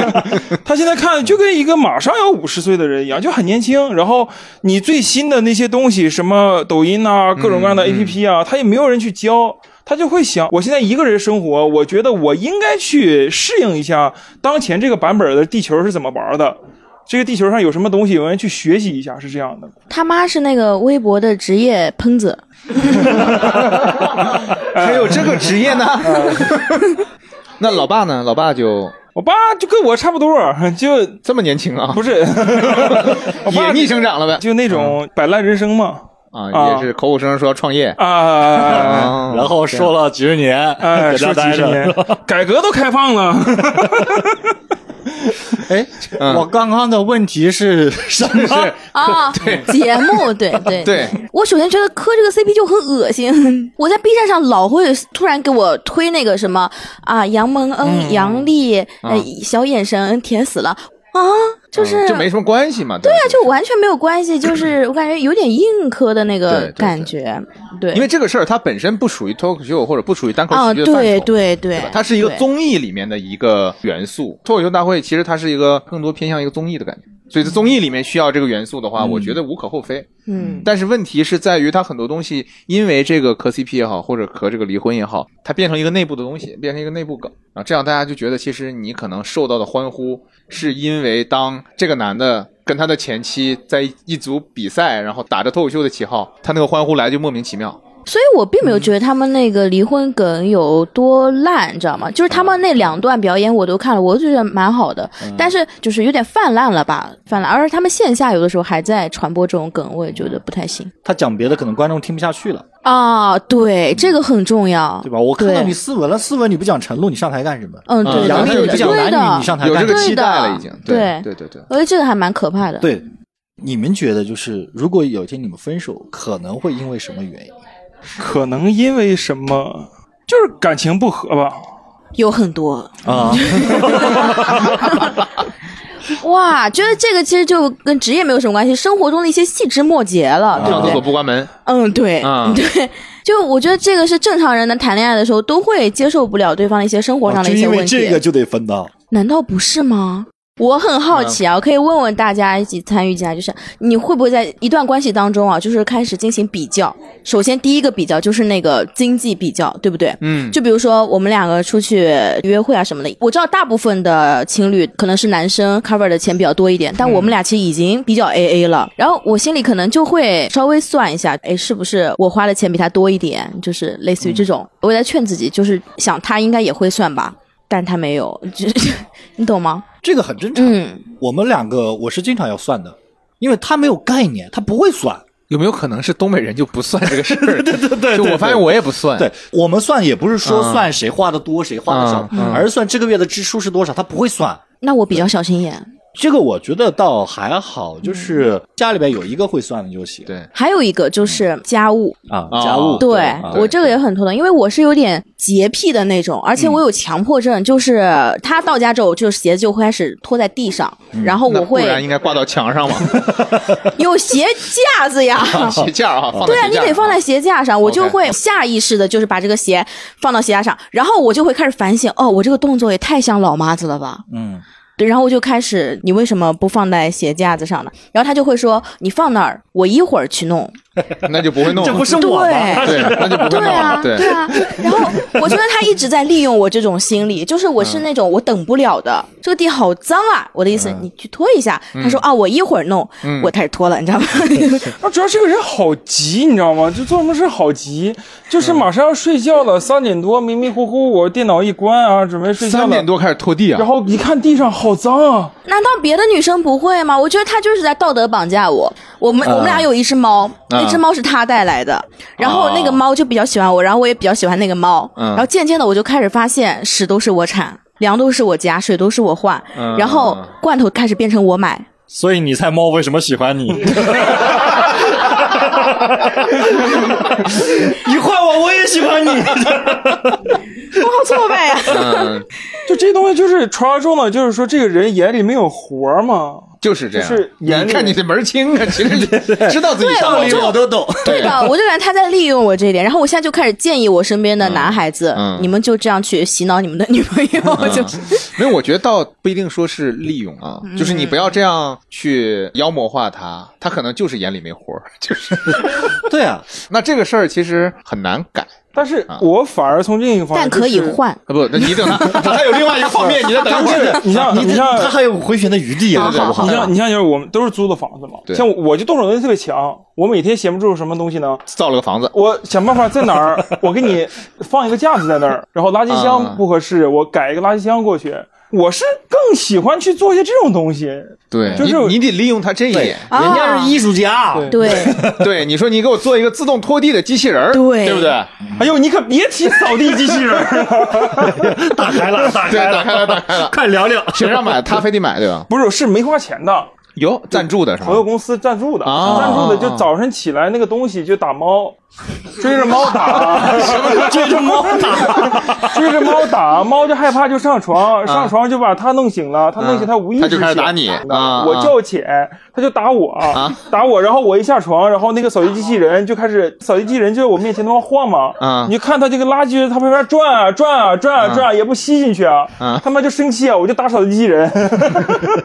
Speaker 1: 他现在看就跟一个马上要五十岁的人一样，就很年轻。然后你最新的那些东西，什么抖音呐、各种各样的 APP 啊，他也没有人去教。他就会想，我现在一个人生活，我觉得我应该去适应一下当前这个版本的地球是怎么玩的，这个地球上有什么东西，我要去学习一下，是这样的。
Speaker 3: 他妈是那个微博的职业喷子，
Speaker 2: 嗯还有这个职业呢？嗯 那老爸呢？老爸就
Speaker 1: 我爸就跟我差不多，就
Speaker 2: 这么年轻啊
Speaker 1: 不？是， 我爸
Speaker 2: 也逆生长了 呗？
Speaker 1: 就那种摆烂人生嘛。
Speaker 2: 啊，也是口口声声说要创业
Speaker 1: 啊，
Speaker 2: 啊，
Speaker 4: 然后说了几十 年，
Speaker 1: 哎，
Speaker 4: 给他
Speaker 1: 说几
Speaker 4: 待
Speaker 1: 十年
Speaker 4: 着。，
Speaker 1: 改革都开放了，
Speaker 4: 哎，
Speaker 2: 嗯
Speaker 4: 我刚刚的问题是什么？
Speaker 3: 啊，节目，对对
Speaker 2: 对。
Speaker 3: 我首先觉得磕这个 CP 就很恶心，我在 B 站上老会突然给我推那个什么啊，杨蒙
Speaker 2: 嗯
Speaker 3: 恩、杨笠、
Speaker 2: 啊
Speaker 3: 呃小眼神甜死了啊，就是
Speaker 2: 就没什么关系嘛。对啊，
Speaker 3: 就完全没有关系，就是我感觉有点硬磕的那
Speaker 2: 对对
Speaker 3: 个
Speaker 2: 对
Speaker 3: 感觉，对，
Speaker 2: 因为这个事儿它本身不属于脱口秀或者不属于单口
Speaker 3: 啊，
Speaker 2: 喜剧的范畴。
Speaker 3: 对对对
Speaker 2: 对吧，它是一个
Speaker 3: 对
Speaker 2: 综艺里面的一个元素。脱口秀大会其实它是一个更多偏向一个综艺的感觉，所以在综艺里面需要这个元素的话，我觉得无可厚非。
Speaker 3: 嗯，
Speaker 2: 但是问题是在于它很多东西，因为这个磕 CP 也好，或者磕这个离婚也好，它变成一个内部的东西，
Speaker 3: 嗯
Speaker 2: 变成一个内部梗啊，这样大家就觉得其实你可能受到的欢呼，是因为当这个男的。跟他的前妻在一组比赛，然后打着脱口秀的旗号，他那个欢呼来就莫名其妙。
Speaker 3: 所以我并没有
Speaker 4: 嗯
Speaker 3: 觉得他们那个离婚梗有多烂，你知道吗？就是他们那两段表演我都看了，我就觉得蛮好的，
Speaker 4: 嗯
Speaker 3: 但是就是有点泛滥了吧，泛滥。而且他们线下有的时候还在传播这种梗，我也觉得不太行。
Speaker 4: 他讲别的可能观众听不下去了，
Speaker 3: 啊，
Speaker 4: 嗯
Speaker 3: 对，这个很重要，
Speaker 4: 对吧？我看到
Speaker 3: 对
Speaker 4: 你斯文了，斯文你不讲陈露，你上台干什么？
Speaker 3: 嗯，对
Speaker 2: 嗯
Speaker 3: 的，
Speaker 4: 杨笠
Speaker 3: 对
Speaker 4: 你
Speaker 3: 的，
Speaker 4: 不讲
Speaker 3: 对
Speaker 4: 男女，
Speaker 3: 的
Speaker 4: 你。上台
Speaker 2: 有
Speaker 4: 干
Speaker 2: 这
Speaker 4: 什
Speaker 2: 个
Speaker 4: 么？
Speaker 2: 期
Speaker 3: 对的
Speaker 2: 待了，已经。对对
Speaker 3: 对
Speaker 2: 对对，
Speaker 3: 我觉得这个还蛮可怕的。
Speaker 4: 对，你们觉得就是如果有一天你们分手，可能会因为什么原因？
Speaker 1: 可能因为什么，就是感情不和吧。
Speaker 3: 有很多
Speaker 4: 啊，
Speaker 3: 哇，觉得这个其实就跟职业没有什么关系，生活中的一些细枝末节了，对
Speaker 2: 上
Speaker 3: 不
Speaker 2: 厕
Speaker 3: 对
Speaker 2: 所？不关门
Speaker 3: 嗯，对，
Speaker 2: 啊
Speaker 3: 对，就我觉得这个是正常人的谈恋爱的时候都会接受不了对方的一些生活上的
Speaker 4: 啊哦就
Speaker 3: 一些
Speaker 4: 因
Speaker 3: 问
Speaker 4: 为
Speaker 3: 题，
Speaker 4: 这个就得分的。
Speaker 3: 难道不是吗？我很好奇啊，我可以问问大家一起参与进来，就是你会不会在一段关系当中啊，就是开始进行比较？首先第一个比较就是那个经济比较，对不对？
Speaker 2: 嗯
Speaker 3: 就比如说我们两个出去约会啊什么的，我知道大部分的情侣可能是男生 cover 的钱比较多一点，但我们俩其实已经比较 A A 了。然后我心里可能就会稍微算一下，哎，是不是我花的钱比他多一点？就是类似于这种，我在劝自己，就是想他应该也会算吧，但他没有，就 你懂吗？
Speaker 4: 这个很正常。
Speaker 3: 嗯，
Speaker 4: 我们两个我是经常要算的，因为他没有概念，他不会算。
Speaker 2: 有没有可能是东北人就不算这个事儿？对对
Speaker 4: 对
Speaker 2: 就
Speaker 4: 对
Speaker 2: 我发现我也不算。
Speaker 4: 对我们算也不是说
Speaker 2: 嗯
Speaker 4: 算谁花的多谁花的少，
Speaker 2: 嗯嗯
Speaker 4: 而是算这个月的支出是多少，他不会算。
Speaker 3: 那我比较小心眼。
Speaker 4: 这个我觉得倒还好，就是家里边有一个会算的就行。
Speaker 2: 对
Speaker 3: 还有一个
Speaker 2: 嗯
Speaker 3: 就是家务，
Speaker 4: 啊，
Speaker 2: 哦
Speaker 4: 家务
Speaker 3: 对
Speaker 4: 啊
Speaker 3: 我这个也很头疼，因为我是有点洁癖的那种，
Speaker 2: 嗯
Speaker 3: 而且我有强迫症，就是他到家之后，就是鞋子就会开始拖在地上，然后
Speaker 2: 嗯那
Speaker 3: 我
Speaker 2: 不然
Speaker 3: 会
Speaker 2: 应该挂到墙上嘛，
Speaker 3: 有鞋架子呀。
Speaker 2: 鞋架 儿啊，放在
Speaker 3: 对啊，
Speaker 2: 鞋
Speaker 3: 你
Speaker 2: 架儿啊
Speaker 3: 得放在鞋架上，我就
Speaker 2: OK
Speaker 3: 会下意识的，就是把这个鞋放到鞋架上，然后我就会开始反省，哦，我这个动作也太像老妈子了吧？
Speaker 4: 嗯，
Speaker 3: 对，然后我就开始，你为什么不放在鞋架子上呢？然后他就会说，你放那儿，我一会儿去弄。
Speaker 2: 那就不会弄了，
Speaker 4: 这不是我吗？
Speaker 2: 对，那就不会弄
Speaker 3: 对啊
Speaker 2: 了，，
Speaker 3: 对啊。然后我觉得他一直在利用我这种心理，就是我是那种我等不了的，这个地好脏啊！我的意思，你去拖一下。他说啊，我一会儿弄，我开始拖了，你知道吗？
Speaker 1: 啊，主要这个人好急，你知道吗？就做什么事好急，就是马上要睡觉了，三点多迷迷糊糊，我电脑一关啊，准备睡觉了。
Speaker 2: 三点，多开始拖地啊
Speaker 1: 然，后一看地上好脏啊，
Speaker 3: 难道别的女生不会吗？我觉得他就是在道德绑架我。我们、我们俩有一只猫，那只猫是他带来的，然后那个猫就比较喜欢我，然后我也比较喜欢那个猫，
Speaker 2: 嗯
Speaker 3: 然后渐渐的我就开始发现屎都是我产，粮都是我加，水都是我换，
Speaker 2: 嗯
Speaker 3: 然后罐头开始变成我买。
Speaker 4: 所以你猜猫为什么喜欢 你？你换我，我也喜欢你。
Speaker 3: 我好挫败啊呀、
Speaker 2: 嗯，
Speaker 1: 就这东西就是传说中的，就是说这个人眼里没有活儿嘛。
Speaker 2: 就是这样。
Speaker 1: 就是
Speaker 2: 你
Speaker 1: 眼里
Speaker 2: 看你这门儿清啊，其实这知道自己道理我都懂。
Speaker 3: 对的，我就感觉他在利用我这一点，然后我现在就开始建议我身边的男孩子，
Speaker 2: 嗯嗯
Speaker 3: 你们就这样去洗脑你们的女朋友，就是
Speaker 2: 没有，我觉得倒不一定说是利用啊，
Speaker 3: 嗯
Speaker 2: 就是你不要这样去妖魔化他，他可能就是眼里没活儿， 就是。
Speaker 4: 对 啊，
Speaker 2: 那这个事儿其实很难改
Speaker 1: 但是我反而从另一方
Speaker 3: 但
Speaker 1: 面、
Speaker 3: 可以换。
Speaker 2: 啊，不，那你等他， 等他有另外一个方面，你再等他
Speaker 1: 就是。你像你像
Speaker 4: 它还有回旋的余地啊，
Speaker 2: 对对对
Speaker 4: 好不好
Speaker 1: 你？像你像就是我们都是租的房子嘛，
Speaker 2: 对
Speaker 1: 像我我就动手能力特别强，我每天闲不住什么东西呢？
Speaker 2: 造了个房子，
Speaker 1: 我想办法在哪儿，我给你放一个架子在那儿，然后垃圾箱不合适，我改一个垃圾箱过去。我是更喜欢去做一些这种东西，
Speaker 2: 对，
Speaker 1: 就是
Speaker 2: 你你得利用他这一点。
Speaker 3: 啊
Speaker 4: 人家是艺术家，啊
Speaker 1: 对
Speaker 3: 对
Speaker 2: 对，你说你给我做一个自动拖地的机器人儿，
Speaker 3: 对
Speaker 2: 对不对？
Speaker 1: 哎呦，你可别提扫地机器人了，
Speaker 4: 打 开了，打
Speaker 2: 对，打
Speaker 4: 开了，
Speaker 2: 开了，打开了。
Speaker 4: 快聊聊。
Speaker 2: 谁让买？他非得买，对吧？
Speaker 1: 不是是没花钱的，
Speaker 2: 有赞助的是吧
Speaker 1: 朋？友公司赞助的，
Speaker 2: 啊
Speaker 1: 赞助的就早晨起来那个东西就打猫，追着猫 打，
Speaker 4: 追着猫打，
Speaker 1: 追着猫打，猫就害怕就上床，上床就把它弄醒了，它弄醒它无意识
Speaker 2: 嗯它就开始打你
Speaker 1: 醒的
Speaker 2: 啊
Speaker 1: 我叫起，它就打我，打我，然后我一下床，然后那个扫地机器人就开始，扫地机器人就在我面前他妈晃嘛
Speaker 2: 啊，
Speaker 1: 你就看它这个垃圾它旁边转啊转啊转啊转啊，也不吸进去啊
Speaker 2: 啊，
Speaker 1: 他妈就生气啊，我就打扫地机器人，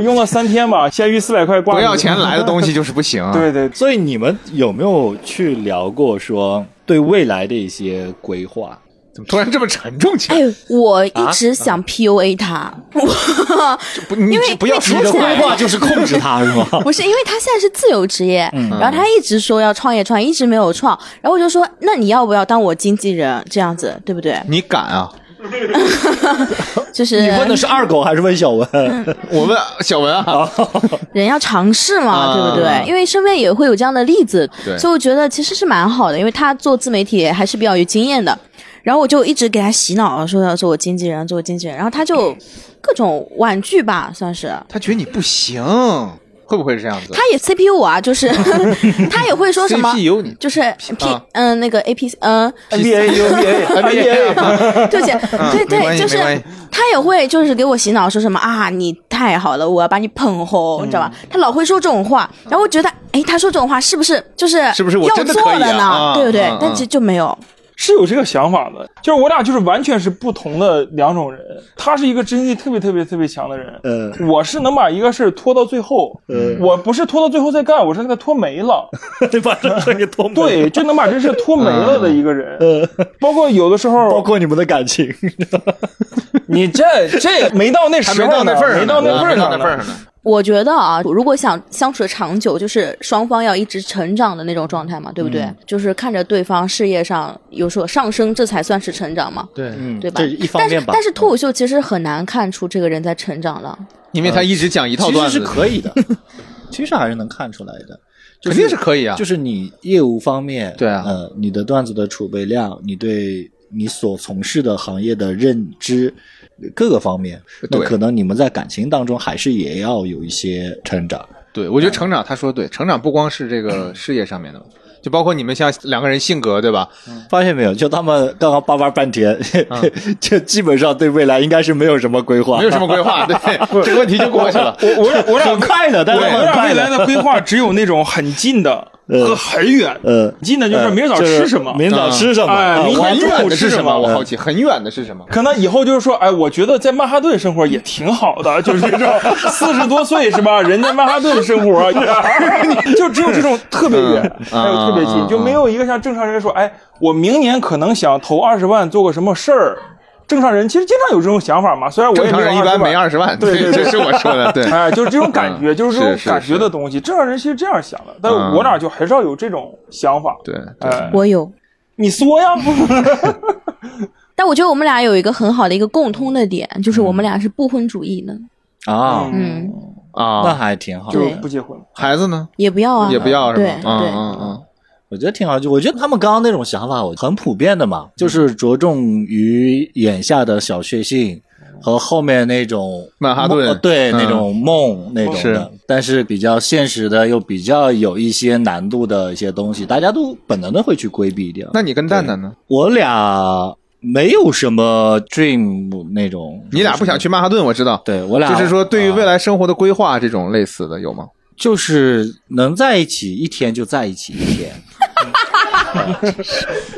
Speaker 1: 用了三天吧，闲鱼四百块挂，
Speaker 2: 不要钱来的东西就是不行。啊
Speaker 1: 对对，
Speaker 4: 所以你们有没有去聊过说对未来的一些规划？
Speaker 2: 怎么突然这么沉重起
Speaker 3: 哎
Speaker 2: 来？，
Speaker 3: 我一直想 PUA 他，我
Speaker 2: 不，你
Speaker 3: 因为
Speaker 2: 不要
Speaker 3: 因
Speaker 2: 提
Speaker 3: 为
Speaker 2: 这
Speaker 3: 他
Speaker 2: 话
Speaker 3: 现在
Speaker 4: 就是控制它，是吗？
Speaker 3: 不是因为他现在是自由职业，
Speaker 2: 嗯
Speaker 3: 然后他一直说要创业创业，一直没有创，然后我就说，那你要不要当我经纪人这样子，对不对？
Speaker 2: 你敢啊？
Speaker 3: 就是
Speaker 4: 你问的是二狗还是问小文？
Speaker 2: 我问小文啊，
Speaker 3: 人要尝试嘛，
Speaker 2: 啊
Speaker 3: 对不对？因为身边也会有这样的例子
Speaker 2: 对，
Speaker 3: 所以我觉得其实是蛮好的，因为他做自媒体还是比较有经验的。然后我就一直给他洗脑，说要做我经纪人，做我经纪人，然后他就各种婉拒吧，算是。
Speaker 2: 他觉得你不行，会不会是这样子？
Speaker 3: 他也 CPU 我啊，就是 他也会说什么
Speaker 2: CPU 你
Speaker 3: 就是 P
Speaker 2: 啊
Speaker 3: 嗯、那个 A P 嗯、
Speaker 1: NBA NBA NBA，
Speaker 3: 对不起，对
Speaker 2: 啊没关
Speaker 3: 对，
Speaker 2: 系
Speaker 3: 就是
Speaker 2: 没关系
Speaker 3: 他也会就是给我洗脑，说什么啊，你太好了，我要把你捧红，你知道吧？
Speaker 2: 嗯
Speaker 3: 他老会说这种话，然后我觉得，哎，他说这种话是不是就是
Speaker 2: 是不是我
Speaker 3: 要
Speaker 2: 真的
Speaker 3: 做
Speaker 2: 可以啊
Speaker 3: 了呢？
Speaker 2: 啊
Speaker 3: 对不对？
Speaker 2: 啊啊
Speaker 3: 但其实就没有，
Speaker 1: 是有这个想法的，就是我俩就是完全是不同的两种人。他是一个执行力特别特别特别强的人，
Speaker 4: 嗯
Speaker 1: 我是能把一个事儿拖到最后，
Speaker 4: 嗯
Speaker 1: 我不是拖到最后再干，我是给他拖没了，
Speaker 4: 你把这给拖没了
Speaker 1: 对，，就能把这事拖没了的一个人。
Speaker 4: 呃，
Speaker 1: 嗯包括有的时候，
Speaker 4: 包括你们的感情，
Speaker 1: 你 这这没到那
Speaker 2: 还
Speaker 1: 时
Speaker 2: 没
Speaker 1: 候
Speaker 2: 到
Speaker 1: 呢
Speaker 2: 那份儿上呢，
Speaker 1: 没到那份儿
Speaker 2: 没
Speaker 1: 上
Speaker 2: 到那
Speaker 1: 呢
Speaker 2: 份儿上呢。
Speaker 3: 我觉得啊，如果想相处的长久，就是双方要一直成长的那种状态嘛，对不
Speaker 2: 嗯
Speaker 3: 对？就是看着对方事业上有所上升，这才算是成长嘛，
Speaker 2: 对，
Speaker 4: 嗯
Speaker 3: 对吧？
Speaker 4: 这一方
Speaker 3: 但是
Speaker 4: 面吧，
Speaker 2: 嗯
Speaker 3: 但是脱口秀其实很难看出这个人在成长了。
Speaker 2: 因为他一直讲一套
Speaker 4: 其实
Speaker 2: 段
Speaker 4: 是
Speaker 2: 子，
Speaker 4: 可以的， 其实还是能看出来的，就
Speaker 2: 肯定是可以啊。
Speaker 4: 就是你业务方面，
Speaker 2: 对啊
Speaker 4: 呃，你的段子的储备量，你对你所从事的行业的认知，各个方面，那
Speaker 2: 对
Speaker 4: 可能你们在感情当中还是也要有一些成长。
Speaker 2: 对，我觉得成长，他说对，成长不光是这个事业上面的，就包括你们像两个人性格，对吧？
Speaker 4: 发现没有？就他们刚刚叭叭半天， 就基本上对未来应该是没有什么规划，
Speaker 2: 没有什么规划，对， 这个问题就过去了。
Speaker 1: 我我我俩
Speaker 4: 很快乐，但是
Speaker 1: 我
Speaker 4: 很
Speaker 1: 俩
Speaker 4: 快
Speaker 1: 未来
Speaker 4: 乐。
Speaker 1: 的规划只有那种很近的，和很远，
Speaker 4: 呃，
Speaker 1: 近的嗯就是明儿早
Speaker 4: 呃
Speaker 1: 吃什么
Speaker 4: 明早吃什么？
Speaker 1: 哎
Speaker 4: 啊
Speaker 1: 明
Speaker 2: 很
Speaker 1: 天中
Speaker 2: 远
Speaker 1: 午
Speaker 2: 的是
Speaker 1: 吃
Speaker 2: 什
Speaker 1: 什
Speaker 2: 么？
Speaker 1: 么
Speaker 2: 我好奇，很远的是什么？
Speaker 1: 可能以后就是说，哎，我觉得在曼哈顿生活也挺好的， 就是这种四十多岁是吧？人家曼哈顿生活， 就只有这种特别远，
Speaker 2: 嗯
Speaker 1: 还有特别
Speaker 2: 嗯
Speaker 1: 近，
Speaker 2: 嗯
Speaker 1: 就没有一个像正常人说，哎，我明年可能想投二十万做个什么事儿。正常人其实经常有这种想法嘛，虽然我
Speaker 2: 正
Speaker 1: 也
Speaker 2: 常人一般没
Speaker 1: 二。
Speaker 2: 二十万，
Speaker 1: 对对对
Speaker 2: 这是我 说的，对。
Speaker 1: 哎，就是这种感觉，
Speaker 2: 嗯
Speaker 1: 就是这种
Speaker 2: 是是
Speaker 1: 感觉的东西。正常人其实这样想的，但
Speaker 2: 嗯
Speaker 1: 我哪就很少有这种想法。
Speaker 2: 对，
Speaker 1: 哎，
Speaker 2: 嗯
Speaker 3: 我有，
Speaker 1: 你说呀，
Speaker 3: 但我觉得我们俩有一个很好的一个共通的点，就是
Speaker 2: 嗯
Speaker 3: 我们俩是不婚主义的。
Speaker 4: 啊，
Speaker 3: 嗯，
Speaker 4: 那
Speaker 2: 啊，
Speaker 4: 还挺好的
Speaker 1: 就。不结婚。
Speaker 2: 孩子呢
Speaker 3: 也不要啊，
Speaker 2: 也不要是吧？
Speaker 3: 对
Speaker 2: 嗯
Speaker 3: 对
Speaker 2: 嗯嗯，
Speaker 4: 我觉得挺好，就我觉得他们刚刚那种想法我很普遍的
Speaker 2: 嗯
Speaker 4: 嘛，就是着重于眼下的小确幸和后面那种
Speaker 2: 曼哈顿
Speaker 4: 梦呃对、
Speaker 2: 嗯
Speaker 4: 那种梦那种
Speaker 2: 是
Speaker 4: 的，但是比较现实的又比较有一些难度的一些东西，大家都本能的会去规避掉。
Speaker 2: 那你跟蛋蛋呢？
Speaker 4: 我俩没有什么 dream 那种，
Speaker 2: 你俩不想去曼哈顿，我知道。
Speaker 4: 对我俩
Speaker 2: 就是说，对于未
Speaker 4: 啊
Speaker 2: 来生活的规划这种类似的有吗？
Speaker 4: 就是能在一起一天就在一起一天。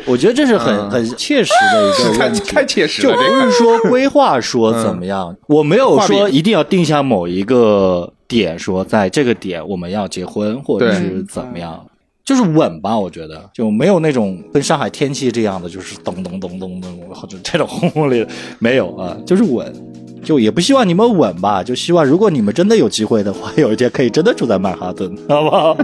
Speaker 4: 我觉得这是很
Speaker 2: 嗯
Speaker 4: 很切实的一个
Speaker 2: 太
Speaker 4: 问题，
Speaker 2: 太切实
Speaker 4: 就
Speaker 2: 了，
Speaker 4: 不
Speaker 2: 这个嗯
Speaker 4: 是说规划说怎么样，我没有说一定要定下某一个点，说在这个点我们要结婚或者
Speaker 2: 对
Speaker 4: 是怎么样，就是稳吧。我觉得就没有那种跟上海天气这样的，就是咚咚咚咚咚，或者这种轰轰烈烈没有啊，就是稳。就也不希望你们稳吧，就希望如果你们真的有机会的话，有一天可以真的住在曼哈顿，好不好？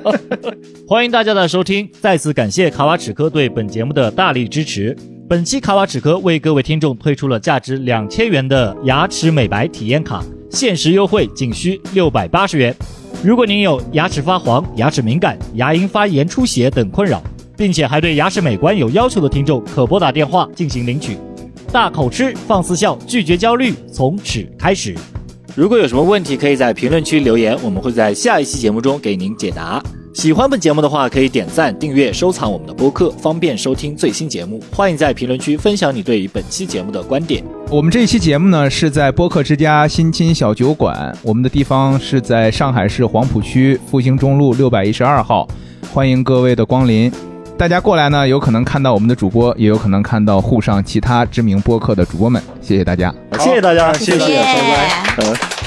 Speaker 4: 欢迎大家的收听，再次感谢卡瓦齿科对本节目的大力支持。本期卡瓦齿科为各位听众推出了价值两千元的牙齿美白体验卡，限时优惠仅需六百八十元。如果您有牙齿发黄、牙齿敏感、牙龈发炎、出血等困扰，并且还对牙齿美观有要求的听众，可拨打电话进行领取。大口吃，放肆笑，拒绝焦虑，从此开始。如果有什么问题，可以在评论区留言，我们会在下一期节目中给您解答。喜欢本节目的话，可以点赞、订阅、收藏我们的播客，方便收听最新节目。欢迎在评论区分享你对于本期节目的观点。
Speaker 9: 我们这一期节目呢是在播客之家新青小酒馆，我们的地方是在上海市黄浦区复兴中路六百一十二号，欢迎各位的光临。大家过来呢，有可能看到我们的主播，也有可能看到沪上其他知名播客的主播们。谢谢大家。
Speaker 4: 谢谢大家，
Speaker 1: 谢谢
Speaker 3: 耶
Speaker 4: 拜拜。